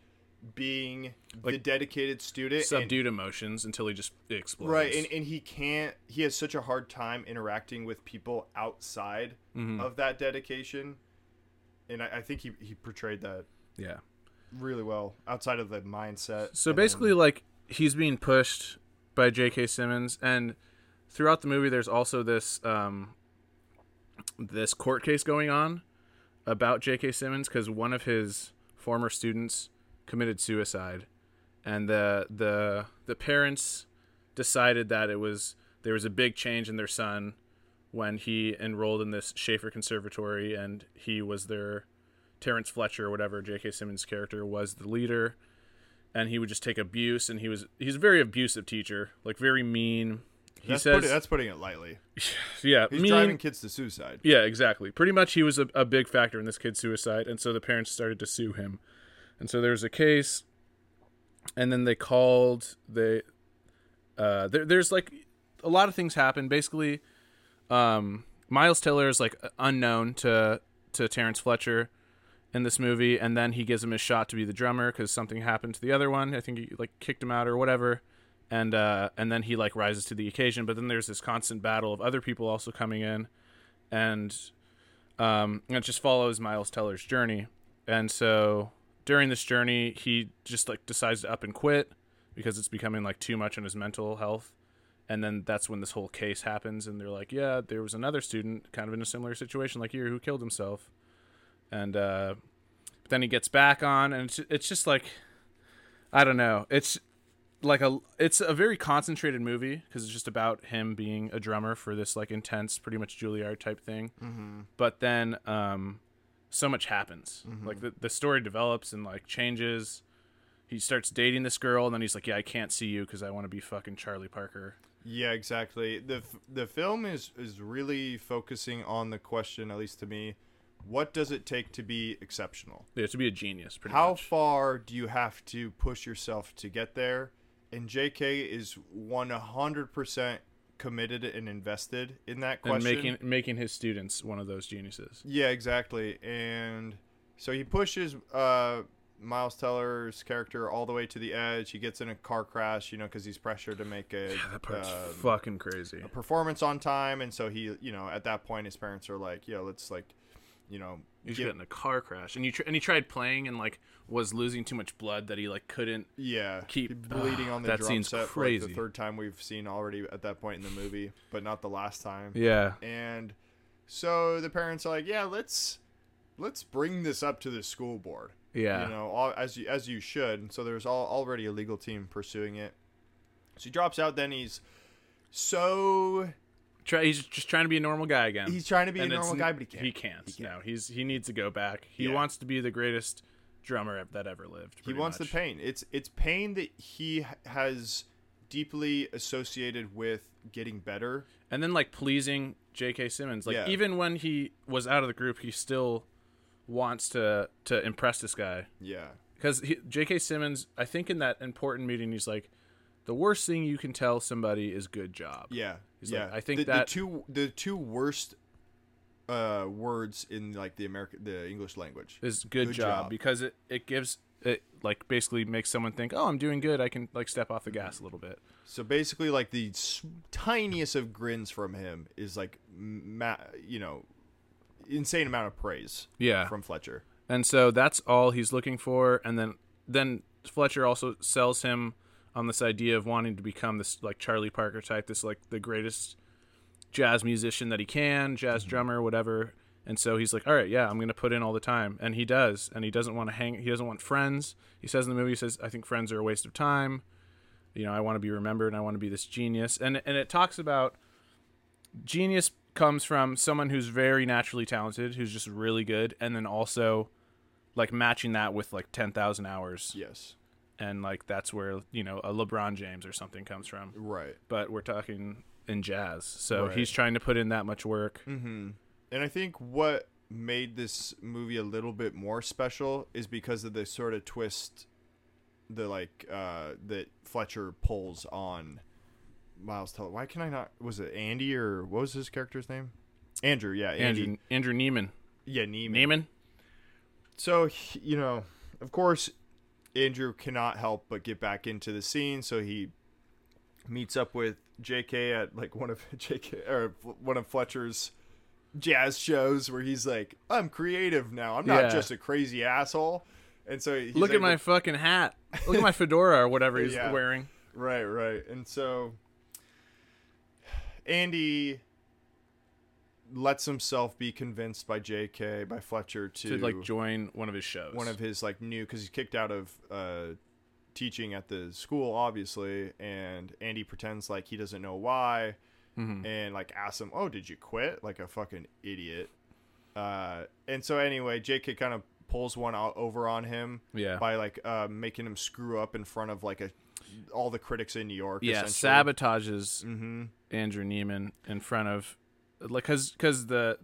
Speaker 1: being the dedicated student. and-
Speaker 2: Subdued emotions until he just explodes.
Speaker 1: right, and, and he can't, he has such a hard time interacting with people outside
Speaker 2: Mm-hmm.
Speaker 1: of that dedication. And I, I think he, he portrayed that
Speaker 2: yeah.
Speaker 1: really well outside of the mindset.
Speaker 2: So
Speaker 1: and then-
Speaker 2: basically, like he's being pushed by J.K. Simmons, and throughout the movie, there's also this um, this court case going on about J.K. Simmons because one of his former students committed suicide, and the the the parents decided that it was there was a big change in their son when he enrolled in this Schaefer Conservatory and he was their Terrence Fletcher or whatever J.K. Simmons' character was the leader, and he would just take abuse and he was he's a very abusive teacher, like very mean. He
Speaker 1: that's,
Speaker 2: says,
Speaker 1: putting, that's putting it lightly.
Speaker 2: "Yeah,
Speaker 1: He's
Speaker 2: mean,
Speaker 1: driving kids to suicide.
Speaker 2: yeah, exactly. Pretty much, he was a, a big factor in this kid's suicide, and so the parents started to sue him. And so there was a case, and then they called. They uh, there, there's like a lot of things happen. Basically, um, Miles Taylor is like unknown to to Terrence Fletcher in this movie, and then he gives him his shot to be the drummer because something happened to the other one. I think he like kicked him out or whatever, and uh, and then he like rises to the occasion. But then there's this constant battle of other people also coming in and um, and it just follows Miles Teller's journey. And so during this journey, he just like decides to up and quit because it's becoming like too much on his mental health. And then that's when this whole case happens, and they're like, "Yeah, there was another student kind of in a similar situation like you who killed himself." And uh, but then he gets back on, and it's it's just like, I don't know, it's like a it's a very concentrated movie because it's just about him being a drummer for this like intense pretty much Juilliard type thing
Speaker 1: Mm-hmm.
Speaker 2: but then um so much happens
Speaker 1: Mm-hmm.
Speaker 2: like the, the story develops and like changes he starts dating this girl and then he's like yeah I can't see you because I want to be fucking Charlie Parker
Speaker 1: Yeah, exactly. the f- The film is is really focusing on the question, at least to me, what does it take to be exceptional?
Speaker 2: yeah, to be a genius pretty
Speaker 1: How
Speaker 2: much
Speaker 1: far do you have to push yourself to get there? And J.K. is one hundred percent committed and invested in that
Speaker 2: and
Speaker 1: question.
Speaker 2: making making his students one of those geniuses
Speaker 1: Yeah, exactly. And so he pushes uh, Miles Teller's character all the way to the edge. He gets in a car crash, you know, because he's pressured to make a
Speaker 2: that part's
Speaker 1: um,
Speaker 2: fucking crazy
Speaker 1: performance on time. And so he, you know, at that point, his parents are like, "Yeah, let's like, you know,
Speaker 2: He just
Speaker 1: give-
Speaker 2: got in a car crash, and you tr- and he tried playing and like was losing too much blood that he like couldn't.
Speaker 1: yeah,
Speaker 2: keep-
Speaker 1: bleeding on the
Speaker 2: That
Speaker 1: drum
Speaker 2: scene's
Speaker 1: set." for, like,
Speaker 2: crazy.
Speaker 1: the third time we've seen already at that point in the movie, but not the last time.
Speaker 2: Yeah,
Speaker 1: And so the parents are like, "Yeah, let's." Let's bring this up to the school board.
Speaker 2: yeah,
Speaker 1: you know, all, as you as you should. And so there's all, already a legal team pursuing it. So he drops out. Then he's so
Speaker 2: Try, he's just trying to be a normal guy again.
Speaker 1: he's trying to be
Speaker 2: And
Speaker 1: a
Speaker 2: it's
Speaker 1: normal
Speaker 2: n-
Speaker 1: guy, but he can't.
Speaker 2: He can't. No, he's he needs to go back. He
Speaker 1: Yeah.
Speaker 2: wants to be the greatest drummer ev- that ever lived.
Speaker 1: He
Speaker 2: pretty
Speaker 1: wants
Speaker 2: much.
Speaker 1: the pain. It's it's pain that he h- has deeply associated with getting better.
Speaker 2: and then like pleasing J.K. Simmons. Like
Speaker 1: Yeah.
Speaker 2: even when he was out of the group, he still wants to to impress this guy.
Speaker 1: Yeah,
Speaker 2: because J.K. Simmons, I think in that important meeting, he's like, the worst thing you can tell somebody is good job.
Speaker 1: yeah,
Speaker 2: He's
Speaker 1: yeah.
Speaker 2: like, I think
Speaker 1: the,
Speaker 2: that-
Speaker 1: the two the two worst uh, words in like the American the English language.
Speaker 2: Is good,
Speaker 1: Good
Speaker 2: job,
Speaker 1: job.
Speaker 2: because it it gives it like basically makes someone think, oh, I'm doing good. I can like step off the gas a little bit.
Speaker 1: So basically, like the s- tiniest of grins from him is like, ma- you know, insane amount of praise
Speaker 2: Yeah.
Speaker 1: from Fletcher.
Speaker 2: And so that's all he's looking for. And then then Fletcher also sells him on this idea of wanting to become this like Charlie Parker type, this like the greatest jazz musician that he can, jazz drummer, whatever. And so he's like, "All right, yeah, I'm going to put in all the time." And he does. And he doesn't want to hang he doesn't want friends. He says in the movie he says, "I think friends are a waste of time." You know, I want to be remembered and I want to be this genius. And and it talks about genius comes from someone who's very naturally talented, who's just really good, and then also like matching that with like 10,000 hours.
Speaker 1: Yes,
Speaker 2: And like that's where, you know, a LeBron James or something comes from.
Speaker 1: right.
Speaker 2: But we're talking in jazz. So
Speaker 1: Right. Mm-hmm.
Speaker 2: he's trying to put in that much work.
Speaker 1: And I think what made this movie a little bit more special is because of the sort of twist, the like uh, that Fletcher pulls on Miles Teller. Why can I not? Was it Andy or what was his character's name? Andrew. Yeah, Andy.
Speaker 2: Andrew, Andrew Neiman.
Speaker 1: Yeah, Neiman.
Speaker 2: Neiman?
Speaker 1: so he- you know of course andrew cannot help but get back into the scene so he meets up with jk at like one of jk or one of fletcher's jazz shows where he's like i'm creative now i'm not
Speaker 2: Yeah.
Speaker 1: just a crazy asshole and so he's
Speaker 2: Look at
Speaker 1: able-
Speaker 2: my fucking hat. Look at my fedora or whatever he's
Speaker 1: Yeah.
Speaker 2: wearing.
Speaker 1: right right and so andy lets himself be convinced by jk by fletcher
Speaker 2: To like join one of his shows.
Speaker 1: one of his like new because he's kicked out of uh, teaching at the school obviously and andy pretends like he doesn't know why
Speaker 2: Mm-hmm.
Speaker 1: and like asked him, "Oh, did you quit?" Like a fucking idiot. Uh, and so anyway, JK kind of pulls one out over on him
Speaker 2: Yeah.
Speaker 1: by like uh, making him screw up in front of like a all the critics in New York.
Speaker 2: yeah
Speaker 1: essentially. Mm-hmm.
Speaker 2: sabotages Andrew Neiman in front of like because because the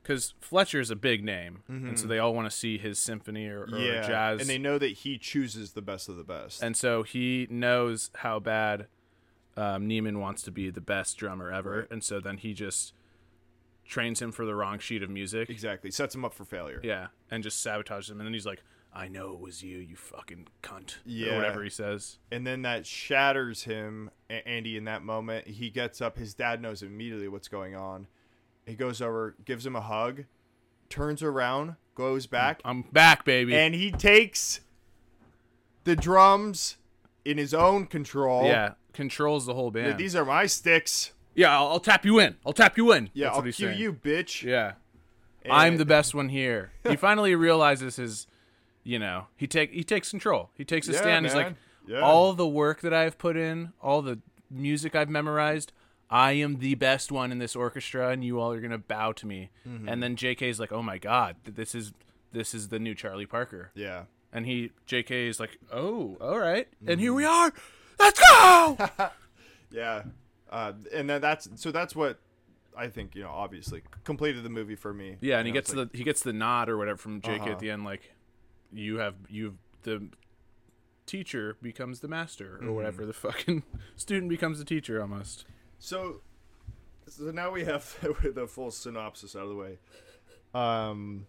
Speaker 2: because Fletcher's a big name and so they all want to see his symphony or, or
Speaker 1: Mm-hmm. yeah,
Speaker 2: jazz
Speaker 1: and they know that he chooses the best of the best.
Speaker 2: and so he knows how bad um, Neiman wants to be the best drummer ever
Speaker 1: Right.
Speaker 2: and so then he just trains him for the wrong sheet of music
Speaker 1: exactly, sets him up for failure.
Speaker 2: yeah and just sabotages him and then he's like I know it was you you fucking cunt
Speaker 1: Yeah.
Speaker 2: or whatever he says
Speaker 1: and then that shatters him A- andy in that moment he gets up his dad knows immediately what's going on he goes over gives him a hug turns around goes back
Speaker 2: I'm back baby
Speaker 1: and he takes the drums in his own control
Speaker 2: yeah controls the whole band
Speaker 1: these are my sticks
Speaker 2: Yeah, I'll, I'll tap you in. I'll tap you in.
Speaker 1: yeah
Speaker 2: That's
Speaker 1: i'll
Speaker 2: what he's
Speaker 1: cue
Speaker 2: saying.
Speaker 1: you bitch
Speaker 2: Yeah,
Speaker 1: And-
Speaker 2: I'm the best one here. he finally realizes his, you know, he take he takes control. He takes a
Speaker 1: Yeah,
Speaker 2: stand. He's like,
Speaker 1: man. Yeah.
Speaker 2: all the work that I've put in, all the music I've memorized, I am the best one in this orchestra, and you all are gonna bow to me.
Speaker 1: Mm-hmm.
Speaker 2: And then J.K.'s like, oh my god, th- this is this is the new Charlie Parker.
Speaker 1: yeah
Speaker 2: And he J.K. is like, oh, all right. and here
Speaker 1: Mm-hmm.
Speaker 2: we are. Let's go.
Speaker 1: yeah uh, and then that's so that's what i think you know obviously completed the movie for me
Speaker 2: Yeah, and he
Speaker 1: You know,
Speaker 2: gets
Speaker 1: it's like,
Speaker 2: the he gets the nod or whatever from Jake
Speaker 1: Uh-huh.
Speaker 2: at the end, like you have you've the teacher becomes the master or
Speaker 1: Mm-hmm.
Speaker 2: whatever the fucking student becomes the teacher almost.
Speaker 1: So, so now we have the full synopsis out of the way. Um,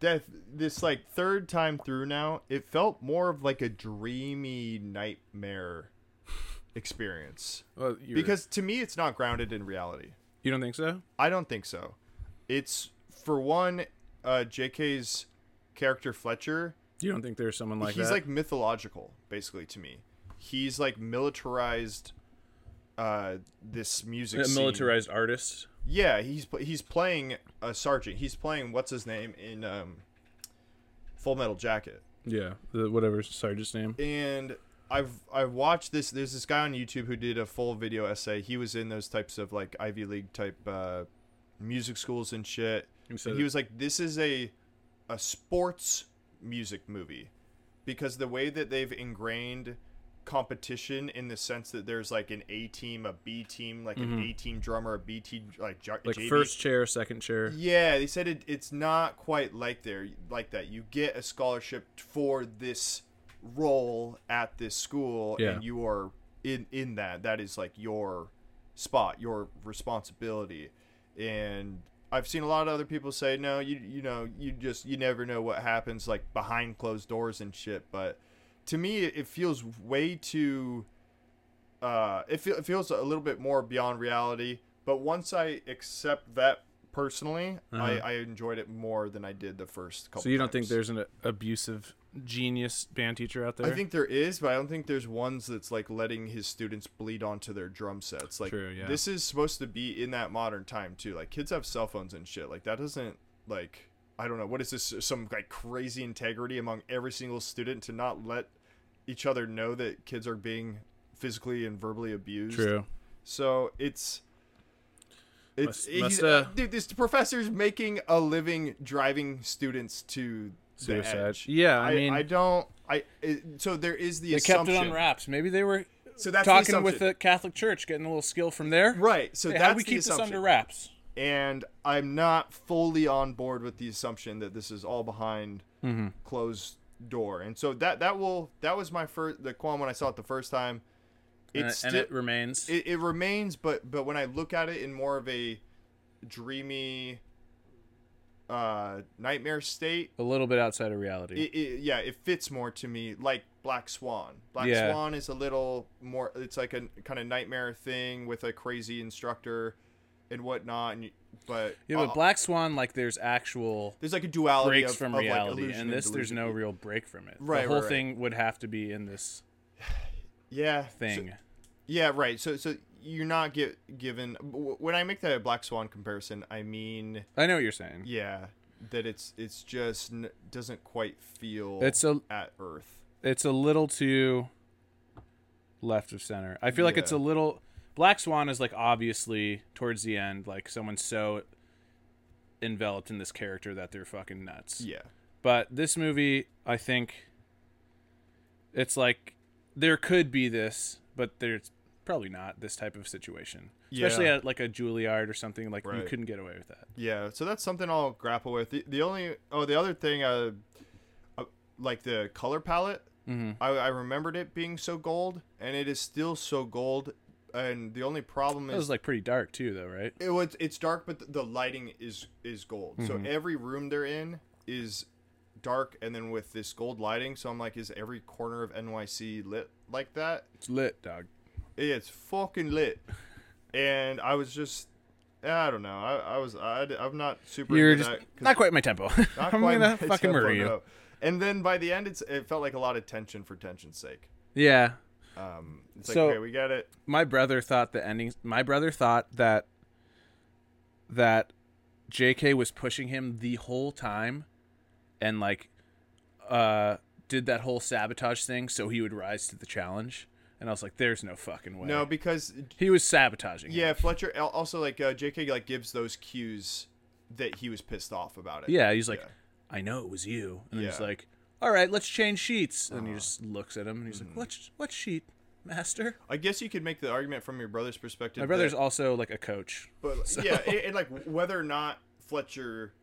Speaker 1: death. This like third time through now, it felt more of like a dreamy nightmare experience
Speaker 2: Well, you're,
Speaker 1: because to me, it's not grounded in reality.
Speaker 2: you don't think so?
Speaker 1: I don't think so. It's for one, uh, J.K.'s character Fletcher
Speaker 2: You don't think there's someone like
Speaker 1: he's
Speaker 2: that?
Speaker 1: like mythological basically to me he's like militarized uh this music
Speaker 2: a
Speaker 1: scene.
Speaker 2: militarized artist.
Speaker 1: yeah he's pl- he's playing a sergeant he's playing what's his name in um full metal jacket
Speaker 2: Yeah, the whatever sergeant's name.
Speaker 1: and i've i've watched this there's this guy on youtube who did a full video essay he was in those types of like ivy league type uh music schools and shit
Speaker 2: He said
Speaker 1: and he was like this is a a sports music movie because the way that they've ingrained competition in the sense that there's like an A team, a B team, like an A team drummer, a B team like, j-
Speaker 2: Mm-hmm. like
Speaker 1: JV.
Speaker 2: first chair, second chair.
Speaker 1: Yeah, they said it, it's not quite like there like that. You get a scholarship for this role at this school,
Speaker 2: Yeah.
Speaker 1: and you are in in that. That is like your spot, your responsibility. And I've seen a lot of other people say, no, you you know, you just you never know what happens like behind closed doors and shit. But to me, it it feels way too uh, it, feel, it feels a little bit more beyond reality. But once I accept that personally, I, I enjoyed it more than I did the first couple.
Speaker 2: Uh-huh. So you don't think
Speaker 1: times.
Speaker 2: there's an abusive genius band teacher out there?
Speaker 1: I think there is, but I don't think there's ones that's like letting his students bleed onto their drum sets. Like
Speaker 2: True, yeah.
Speaker 1: this is supposed to be in that modern time too. Like kids have cell phones and shit. Like that doesn't like I don't know what is this uh, some like crazy integrity among every single student to not let each other know that kids are being physically and verbally abused.
Speaker 2: true.
Speaker 1: So it's it's
Speaker 2: Must- must,
Speaker 1: he's-
Speaker 2: uh,
Speaker 1: dude, this professor's making a living driving students to
Speaker 2: Suicide.
Speaker 1: The edge.
Speaker 2: Yeah, I mean-
Speaker 1: I don't. I it, so there is the
Speaker 2: They kept
Speaker 1: assumption.
Speaker 2: it on wraps. Maybe they were
Speaker 1: So that's the
Speaker 2: talking with
Speaker 1: assumption.
Speaker 2: the Catholic Church, getting a little skill from there.
Speaker 1: Right. So
Speaker 2: Hey,
Speaker 1: that's
Speaker 2: how do we
Speaker 1: the
Speaker 2: keep this
Speaker 1: assumption.
Speaker 2: under wraps?
Speaker 1: and I'm not fully on board with the assumption that this is all behind closed door. And so that that will that was my first the qualm when I saw it the first time.
Speaker 2: and,
Speaker 1: It's
Speaker 2: and
Speaker 1: still-
Speaker 2: it remains.
Speaker 1: it, it remains but but when i look at it in more of a dreamy uh nightmare state
Speaker 2: a little bit outside of reality.
Speaker 1: it, it, yeah it fits more to me like black swan black
Speaker 2: Yeah.
Speaker 1: swan is a little more it's like a kind of nightmare thing with a crazy instructor and whatnot and you, but
Speaker 2: yeah, but
Speaker 1: uh,
Speaker 2: Black Swan, like there's actual
Speaker 1: there's like a duality
Speaker 2: breaks
Speaker 1: of,
Speaker 2: from
Speaker 1: of,
Speaker 2: reality,
Speaker 1: like illusion
Speaker 2: and this there's
Speaker 1: delusion.
Speaker 2: no real break from it.
Speaker 1: Right,
Speaker 2: the
Speaker 1: right,
Speaker 2: whole
Speaker 1: right.
Speaker 2: thing would have to be in this
Speaker 1: yeah so-
Speaker 2: thing.
Speaker 1: Yeah, right. So so you're not get given w- when I make the black swan comparison, I mean
Speaker 2: I know what you're saying.
Speaker 1: yeah, that it's it's just n- doesn't quite feel
Speaker 2: It's a-
Speaker 1: at Earth.
Speaker 2: It's a little too left of center. I feel like it's a
Speaker 1: Yeah.
Speaker 2: little Black Swan is like obviously towards the end, like someone's so enveloped in this character that they're fucking nuts.
Speaker 1: Yeah.
Speaker 2: But this movie, I think it's like there could be this, but there's probably not this type of situation. Especially
Speaker 1: Yeah.
Speaker 2: at like a Juilliard or something, like you
Speaker 1: Right.
Speaker 2: couldn't get away with that.
Speaker 1: Yeah, so that's something I'll grapple with. The, the only oh, the other thing, uh, uh, like the color palette,
Speaker 2: Mhm.
Speaker 1: I, I remembered it being so gold, and it is still so gold. And the only problem
Speaker 2: It
Speaker 1: is
Speaker 2: was like pretty dark too though, right?
Speaker 1: it was it's dark, but th- the lighting is is gold.
Speaker 2: Mm-hmm.
Speaker 1: So every room they're in is dark, and then with this gold lighting, so I'm like, is every corner of NYC lit like that?
Speaker 2: It's lit, dog.
Speaker 1: It's fucking lit. And I was just, I don't know. I, I was, I, I'm not super.
Speaker 2: You're
Speaker 1: into
Speaker 2: just
Speaker 1: that 'cause-
Speaker 2: not quite my tempo.
Speaker 1: not
Speaker 2: I'm
Speaker 1: quite
Speaker 2: gonna
Speaker 1: my
Speaker 2: fucking
Speaker 1: tempo,
Speaker 2: murder you.
Speaker 1: no. And then by the end, it's it felt like a lot of tension for tension's sake.
Speaker 2: Yeah.
Speaker 1: Um, it's like
Speaker 2: So-
Speaker 1: okay, we get it.
Speaker 2: my brother thought the ending my brother thought that that JK was pushing him the whole time and like uh did that whole sabotage thing so he would rise to the challenge and I was like there's no fucking way.
Speaker 1: No, because
Speaker 2: He was sabotaging. him.
Speaker 1: yeah, Fletcher al- also like uh, J.K. like gives those cues that he was pissed off about it.
Speaker 2: Yeah, he's like
Speaker 1: Yeah.
Speaker 2: I know it was you. And he's
Speaker 1: Yeah. Uh-huh.
Speaker 2: like all right, let's change sheets. And he just looks at him and he's
Speaker 1: Mm-hmm.
Speaker 2: like what sh- what sheet, master?
Speaker 1: I guess you could make the argument from your brother's perspective.
Speaker 2: My brother's
Speaker 1: that-
Speaker 2: also like a coach.
Speaker 1: but yeah, and, and like whether or not Fletcher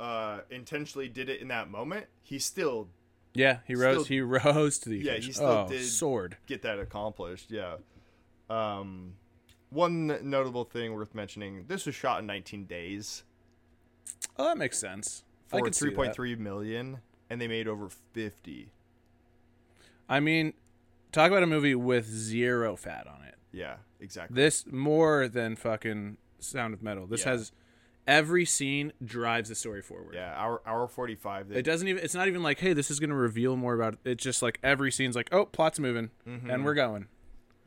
Speaker 1: uh intentionally did it in that moment, he still
Speaker 2: Yeah, he rose
Speaker 1: Still-
Speaker 2: he rose to the
Speaker 1: Yeah, he
Speaker 2: occasion.
Speaker 1: still
Speaker 2: oh,
Speaker 1: did-
Speaker 2: sword.
Speaker 1: get that accomplished. Yeah. Um, one notable thing worth mentioning: this was shot in 19 days
Speaker 2: Oh, that makes sense. I
Speaker 1: for
Speaker 2: could see that.
Speaker 1: 3.3 million, and they made over 50.
Speaker 2: I mean, talk about a movie with zero fat on it.
Speaker 1: Yeah, exactly.
Speaker 2: This more than fucking Sound of Metal. This
Speaker 1: Yeah.
Speaker 2: has every scene drives the story forward.
Speaker 1: yeah, hour hour 45. They,
Speaker 2: It doesn't even. It's not even like, hey, this is gonna reveal more about. It. It's just like every scene's like, oh, plot's moving,
Speaker 1: Mm-hmm.
Speaker 2: and we're going.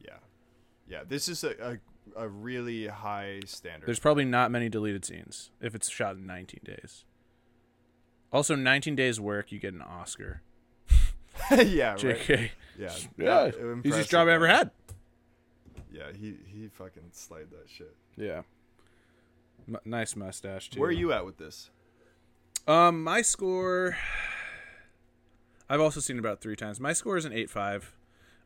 Speaker 1: yeah, yeah. This is a a, a really high standard.
Speaker 2: There's probably not many deleted scenes if it's shot in 19 days. Also, 19 days work, you get an Oscar.
Speaker 1: yeah, right.
Speaker 2: J.K.
Speaker 1: Yeah,
Speaker 2: Yeah,
Speaker 1: impressive,
Speaker 2: easiest job I ever
Speaker 1: man.
Speaker 2: had.
Speaker 1: Yeah, he he fucking slayed that shit.
Speaker 2: Yeah. M- nice mustache too.
Speaker 1: Where are you at with this?
Speaker 2: Um, my score. I've also seen it about three times. My score is an eight five.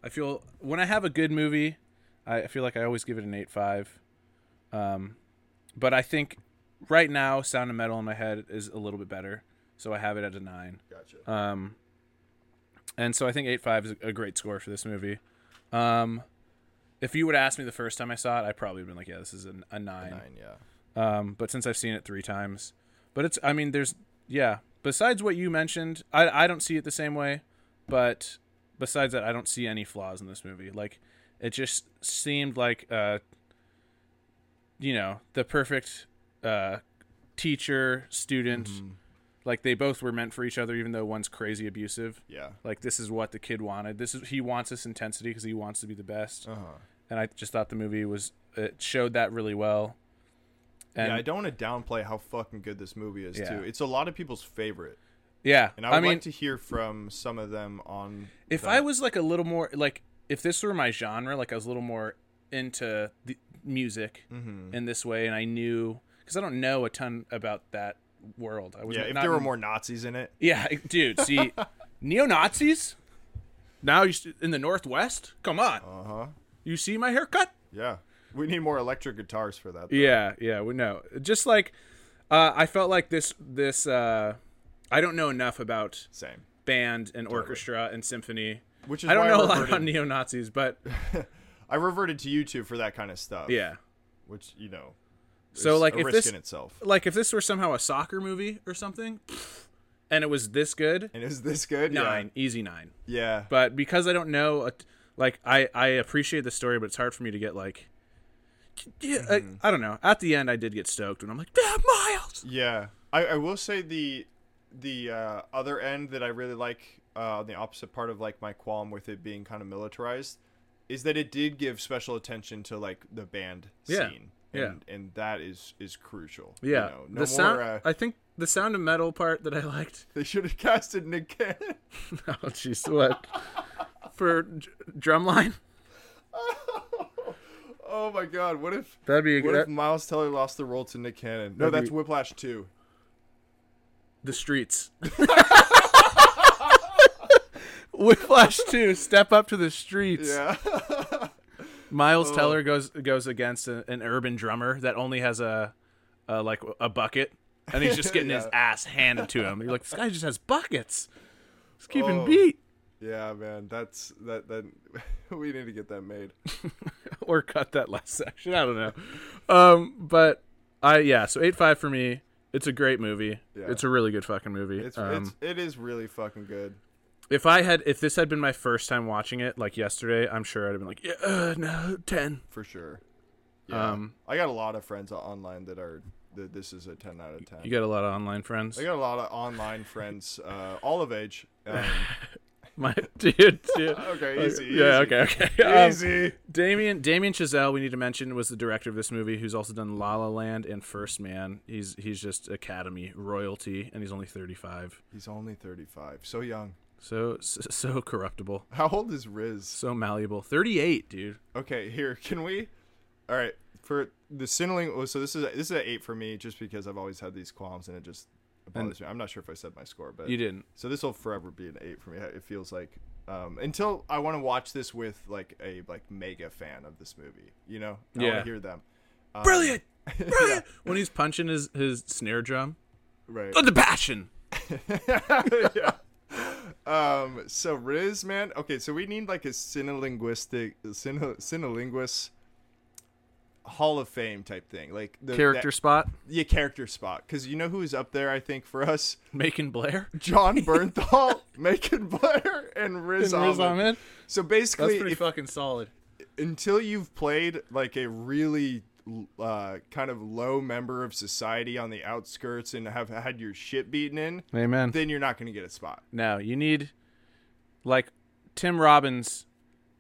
Speaker 2: I feel when I have a good movie, I I feel like I always give it an eight five. Um, but I think right now, Sound of Metal in my head is a little bit better, so I have it at a nine.
Speaker 1: Gotcha.
Speaker 2: Um, and so I think eight five is a great score for this movie. Um, if you would ask me the first time I saw it, I probably would have been like, yeah, this is an, a nine
Speaker 1: Nine. Yeah.
Speaker 2: um, but since I've seen it three times, but it's I mean there's yeah. Besides what you mentioned, I I don't see it the same way, but besides that, I don't see any flaws in this movie. Like it just seemed like uh, you know, the perfect uh teacher student. Like they both were meant for each other, even though one's crazy abusive.
Speaker 1: Yeah.
Speaker 2: Like this is what the kid wanted. This is he wants this intensity because he wants to be the best
Speaker 1: Uh huh.
Speaker 2: and I just thought the movie was it showed that really well. And
Speaker 1: Yeah, I don't want to downplay how fucking good this movie is
Speaker 2: Yeah.
Speaker 1: too. It's a lot of people's favorite.
Speaker 2: yeah,
Speaker 1: And I
Speaker 2: I,
Speaker 1: would
Speaker 2: mean,
Speaker 1: like to hear from some of them on.
Speaker 2: if
Speaker 1: that.
Speaker 2: I was like a little more like if this were my genre, like I was a little more into the music
Speaker 1: Mm-hmm.
Speaker 2: in this way, and I knew because I don't know a ton about that world. I was
Speaker 1: yeah, if
Speaker 2: not-
Speaker 1: there were more Nazis in it,
Speaker 2: yeah, dude, see, neo Nazis now you st- in the Northwest. Come on,
Speaker 1: uh huh.
Speaker 2: you see my haircut?
Speaker 1: Yeah, we need more electric guitars for that. though.
Speaker 2: Yeah, yeah, we know. Just like uh, I felt like this this uh, I don't know enough about
Speaker 1: Same.
Speaker 2: band and orchestra and symphony.
Speaker 1: Which is
Speaker 2: I don't
Speaker 1: why
Speaker 2: know
Speaker 1: I
Speaker 2: a lot
Speaker 1: reverted,
Speaker 2: about neo Nazis, but
Speaker 1: I reverted to YouTube for that kind of stuff.
Speaker 2: yeah.
Speaker 1: which you know.
Speaker 2: So,
Speaker 1: is
Speaker 2: like,
Speaker 1: a
Speaker 2: if
Speaker 1: risk
Speaker 2: this-
Speaker 1: in itself,
Speaker 2: Like if this were somehow a soccer movie or something, and it was this good,
Speaker 1: and is this good? Yeah.
Speaker 2: nine, easy nine.
Speaker 1: Yeah.
Speaker 2: But because I don't know, a t- like I I appreciate the story, but it's hard for me to get like. Yeah,
Speaker 1: Mm-hmm.
Speaker 2: I, I don't know. At the end, I did get stoked when I'm like, "Damn, Miles!"
Speaker 1: Yeah, I, I will say the the uh, other end that I really like uh, on the opposite part of like my qualm with it being kind of militarized is that it did give special attention to like the band
Speaker 2: Yeah,
Speaker 1: scene.
Speaker 2: yeah.
Speaker 1: And, and that is is crucial. you
Speaker 2: Yeah,
Speaker 1: know. no more.
Speaker 2: the sound.
Speaker 1: uh,
Speaker 2: I think the sound of metal part that I liked
Speaker 1: they should have casted Nick Cannon.
Speaker 2: Oh jeez, what? For j- drumline?
Speaker 1: Oh my God! What if
Speaker 2: That'd be a
Speaker 1: what
Speaker 2: good. e-,
Speaker 1: if Miles Teller lost the role to Nick Cannon? No,
Speaker 2: That'd
Speaker 1: that's
Speaker 2: be-
Speaker 1: Whiplash two.
Speaker 2: the streets. Whiplash two, step up to the streets.
Speaker 1: Yeah. Oh.
Speaker 2: Miles Teller goes goes against a, an urban drummer that only has a, a like a bucket, and he's just getting his
Speaker 1: Yeah.
Speaker 2: ass handed to him. You're like, this guy just has buckets. He's keeping
Speaker 1: Oh.
Speaker 2: beat
Speaker 1: yeah, man. That's that. That we need to get that made.
Speaker 2: or cut that last section. I don't know, um, but I yeah. So eight five for me. It's a great movie.
Speaker 1: Yeah.
Speaker 2: It's a really good fucking movie.
Speaker 1: It's,
Speaker 2: Um,
Speaker 1: it's it is really fucking good.
Speaker 2: if I had if this had been my first time watching it like yesterday, I'm sure I'd have been like, yeah, uh, no, ten.
Speaker 1: for sure. Yeah.
Speaker 2: Um,
Speaker 1: I got a lot of friends o- online that are that this is a ten out of ten.
Speaker 2: You got a lot of online friends.
Speaker 1: I got a lot of online friends, uh, all of age. Um,
Speaker 2: My dude, dude.
Speaker 1: okay, easy.
Speaker 2: yeah,
Speaker 1: easy.
Speaker 2: okay, okay. Um,
Speaker 1: easy.
Speaker 2: Damien Damien Chazelle, we need to mention, was the director of this movie, who's also done La La Land and First Man. He's he's just Academy royalty, and he's only thirty five.
Speaker 1: He's only thirty-five, so young.
Speaker 2: So so, so corruptible,
Speaker 1: How old is Riz?
Speaker 2: so malleable. Thirty eight, dude.
Speaker 1: Okay, here can we? All right, for the Sinling. oh, So this is a, this is an eight for me, just because I've always had these qualms, and it just it bothers me. I'm not sure if I said my score, but
Speaker 2: You didn't.
Speaker 1: So this will forever be an eight for me. It feels like um, until I want to watch this with like a like mega fan of this movie. You know, I want
Speaker 2: Yeah.
Speaker 1: to hear them. Um,
Speaker 2: Brilliant, brilliant. When he's punching his his snare drum,
Speaker 1: right?
Speaker 2: oh, the passion.
Speaker 1: yeah. Um. So Riz, man. Okay. So we need like a cinelinguistic, cine, cinelinguist Hall of Fame type thing, like the
Speaker 2: Character spot,
Speaker 1: that- yeah, character spot. Because you know who is up there? I think for us,
Speaker 2: Macon Blair,
Speaker 1: John Bernthal, Macon Blair, and Riz,
Speaker 2: And
Speaker 1: Ahmed.
Speaker 2: Riz Ahmed.
Speaker 1: So
Speaker 2: That's
Speaker 1: basically,
Speaker 2: pretty
Speaker 1: if
Speaker 2: fucking solid.
Speaker 1: until you've played like a really uh, kind of low member of society on the outskirts and have had your shit beaten in,
Speaker 2: Amen.
Speaker 1: then you're not going to get a spot.
Speaker 2: No, you need like Tim Robbins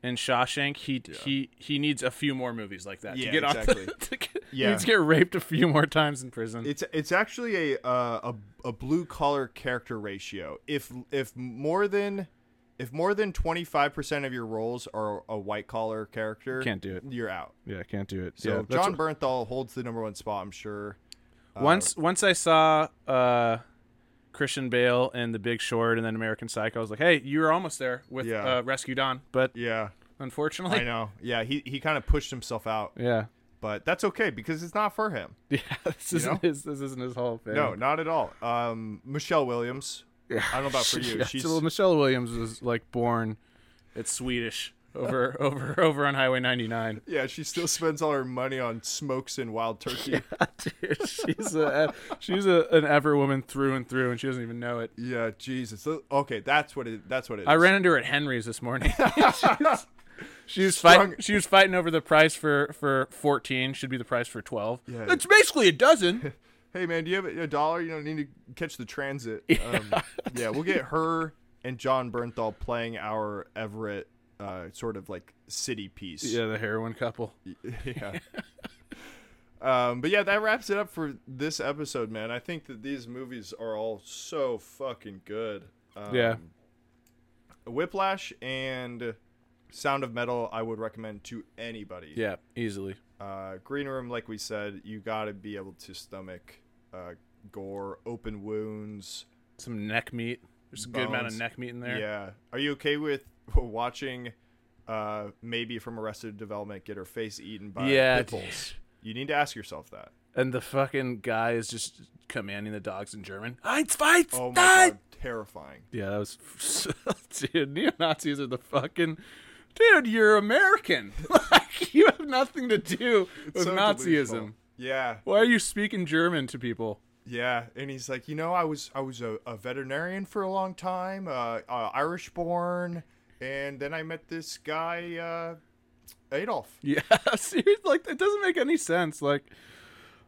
Speaker 2: in Shawshank. He he he needs a few more movies like that
Speaker 1: Yeah,
Speaker 2: to get off. The,
Speaker 1: exactly.
Speaker 2: to get, he
Speaker 1: Yeah.
Speaker 2: needs to get raped a few more times in prison.
Speaker 1: It's it's actually a uh, a, a blue collar character ratio. If if more than if more than 25% of your roles are a white collar character,
Speaker 2: Can't do it.
Speaker 1: You're out.
Speaker 2: yeah, can't do it.
Speaker 1: So John Bernthal holds the number one spot, I'm sure.
Speaker 2: once once I saw uh, Christian Bale in The Big Short and then American Psycho, I was like, hey, you were almost there with
Speaker 1: Yeah.
Speaker 2: uh, Rescue Don, but
Speaker 1: Yeah, I
Speaker 2: unfortunately,
Speaker 1: know. Yeah, he, he kind of pushed himself out,
Speaker 2: yeah,
Speaker 1: but that's okay because it's not for him.
Speaker 2: yeah, this isn't
Speaker 1: know?
Speaker 2: his this isn't his Hall of Fame.
Speaker 1: No, not at all. Um, Michelle Williams.
Speaker 2: Yeah.
Speaker 1: I don't know about for you.
Speaker 2: Yeah,
Speaker 1: She's
Speaker 2: so Michelle Williams was like born. It's Swedish over over over on Highway 99.
Speaker 1: yeah, she still spends all her money on smokes and wild turkey. Yeah,
Speaker 2: Dude, she's a she's a, an ever woman through and through, and she doesn't even know it.
Speaker 1: Jesus. Okay, that's what it. That's what it. Is.
Speaker 2: I ran into her at Henry's this morning. She's- she was
Speaker 1: Strong-
Speaker 2: fighting. She was fighting over the price for for 14. Should be the price for 12.
Speaker 1: Yeah.
Speaker 2: It's basically a dozen.
Speaker 1: Hey man, do you have a, a dollar? You don't need to catch the transit. Um, yeah, we'll get her and John Bernthal playing our Everett uh, sort of like city piece.
Speaker 2: yeah, the heroin couple.
Speaker 1: yeah. Um, but yeah, that wraps it up for this episode, man. I think that these movies are all so fucking good. Um,
Speaker 2: Yeah.
Speaker 1: Whiplash and Sound of Metal, I would recommend to anybody.
Speaker 2: Yeah, easily.
Speaker 1: Uh, Green Room, like we said, you got to be able to stomach uh, gore, open wounds.
Speaker 2: Some neck meat. There's a good amount of
Speaker 1: Bones.
Speaker 2: neck meat in there.
Speaker 1: Yeah. Are you okay with watching uh, maybe from Arrested Development get her face eaten by
Speaker 2: Yeah,
Speaker 1: hippos? You need to ask yourself that.
Speaker 2: And the fucking guy is just commanding the dogs in German. Eins, zwei,
Speaker 1: Oh my
Speaker 2: drei.
Speaker 1: god, terrifying.
Speaker 2: Yeah, that was dude. Neo Nazis are the fucking dude. You're American. like you have nothing to do with
Speaker 1: So
Speaker 2: Nazism.
Speaker 1: delusional. Yeah,
Speaker 2: Why are you speaking German to people?
Speaker 1: yeah, and he's like, you know, I was I was a, a veterinarian for a long time, uh, uh, Irish born, and then I met this guy uh, Adolf.
Speaker 2: Yeah, seriously. Like it doesn't make any sense. Like,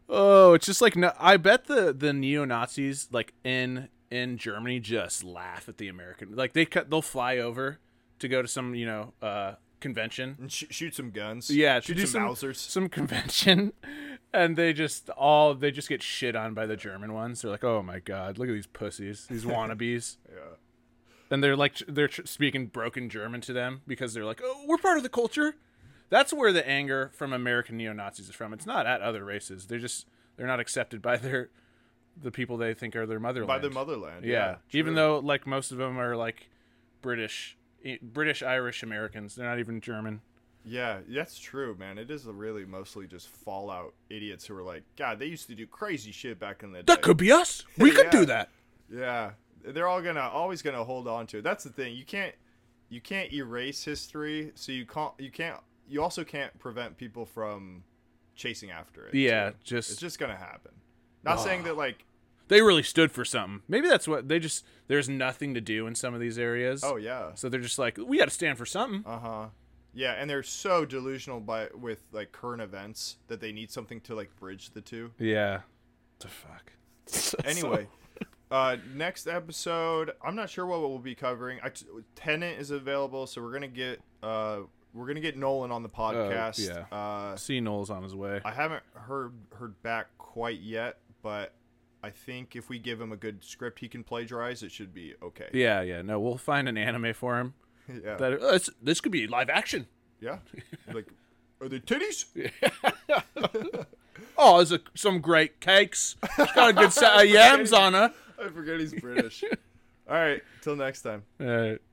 Speaker 2: oh, it's just like no, I bet the the neo Nazis like in in Germany just laugh at the American. Like they cut, they'll fly over to go to some you know uh convention
Speaker 1: And sh- shoot some guns.
Speaker 2: Yeah, to
Speaker 1: shoot
Speaker 2: do
Speaker 1: some,
Speaker 2: some
Speaker 1: Mausers.
Speaker 2: some convention, and they just all they just get shit on by the German ones. They're like, "Oh my god, look at these pussies, these wannabes,"
Speaker 1: Yeah.
Speaker 2: and they're like, they're tr- speaking broken German to them because they're like, "Oh, we're part of the culture." That's where the anger from American neo Nazis is from. It's not at other races. They're just they're not accepted by their the people they think are their motherland.
Speaker 1: by the motherland.
Speaker 2: Yeah.
Speaker 1: Yeah,
Speaker 2: Even
Speaker 1: true.
Speaker 2: though like most of them are like British, I- British Irish Americans. They're not even German.
Speaker 1: Yeah, that's true, man. It is really mostly just fallout idiots who are like, God, they used to do crazy shit back in the day.
Speaker 2: be us. We
Speaker 1: could do Yeah.
Speaker 2: that.
Speaker 1: yeah, they're all gonna always gonna hold on to it. That's the thing. You can't you can't erase history, so you can't you can't you also can't prevent people from chasing after it.
Speaker 2: Yeah,
Speaker 1: too.
Speaker 2: just-
Speaker 1: it's just gonna happen. Not saying that like,
Speaker 2: They really stood for something. Maybe that's what they just there's nothing to do in some of these areas.
Speaker 1: oh yeah,
Speaker 2: So they're just like, we got to stand for something.
Speaker 1: Uh huh. Yeah, and they're so delusional by with like current events that they need something to like bridge the two.
Speaker 2: yeah. The fuck. So-
Speaker 1: Anyway, uh, next episode, I'm not sure what we'll be covering. I t- Tenant is available, so we're gonna get uh we're gonna get Nolan on the podcast.
Speaker 2: Oh, yeah.
Speaker 1: Uh,
Speaker 2: see Noel's on his way.
Speaker 1: I haven't heard heard back quite yet, but I think if we give him a good script, he can plagiarize. It should be okay.
Speaker 2: yeah, yeah. No, we'll find an anime for him.
Speaker 1: Yeah.
Speaker 2: That uh, this- this could be live action.
Speaker 1: yeah. like, are they titties?
Speaker 2: Oh, there's a, some great cakes. She's got a good set of yams on her.
Speaker 1: I forget he's British. All right. Till next time.
Speaker 2: All right.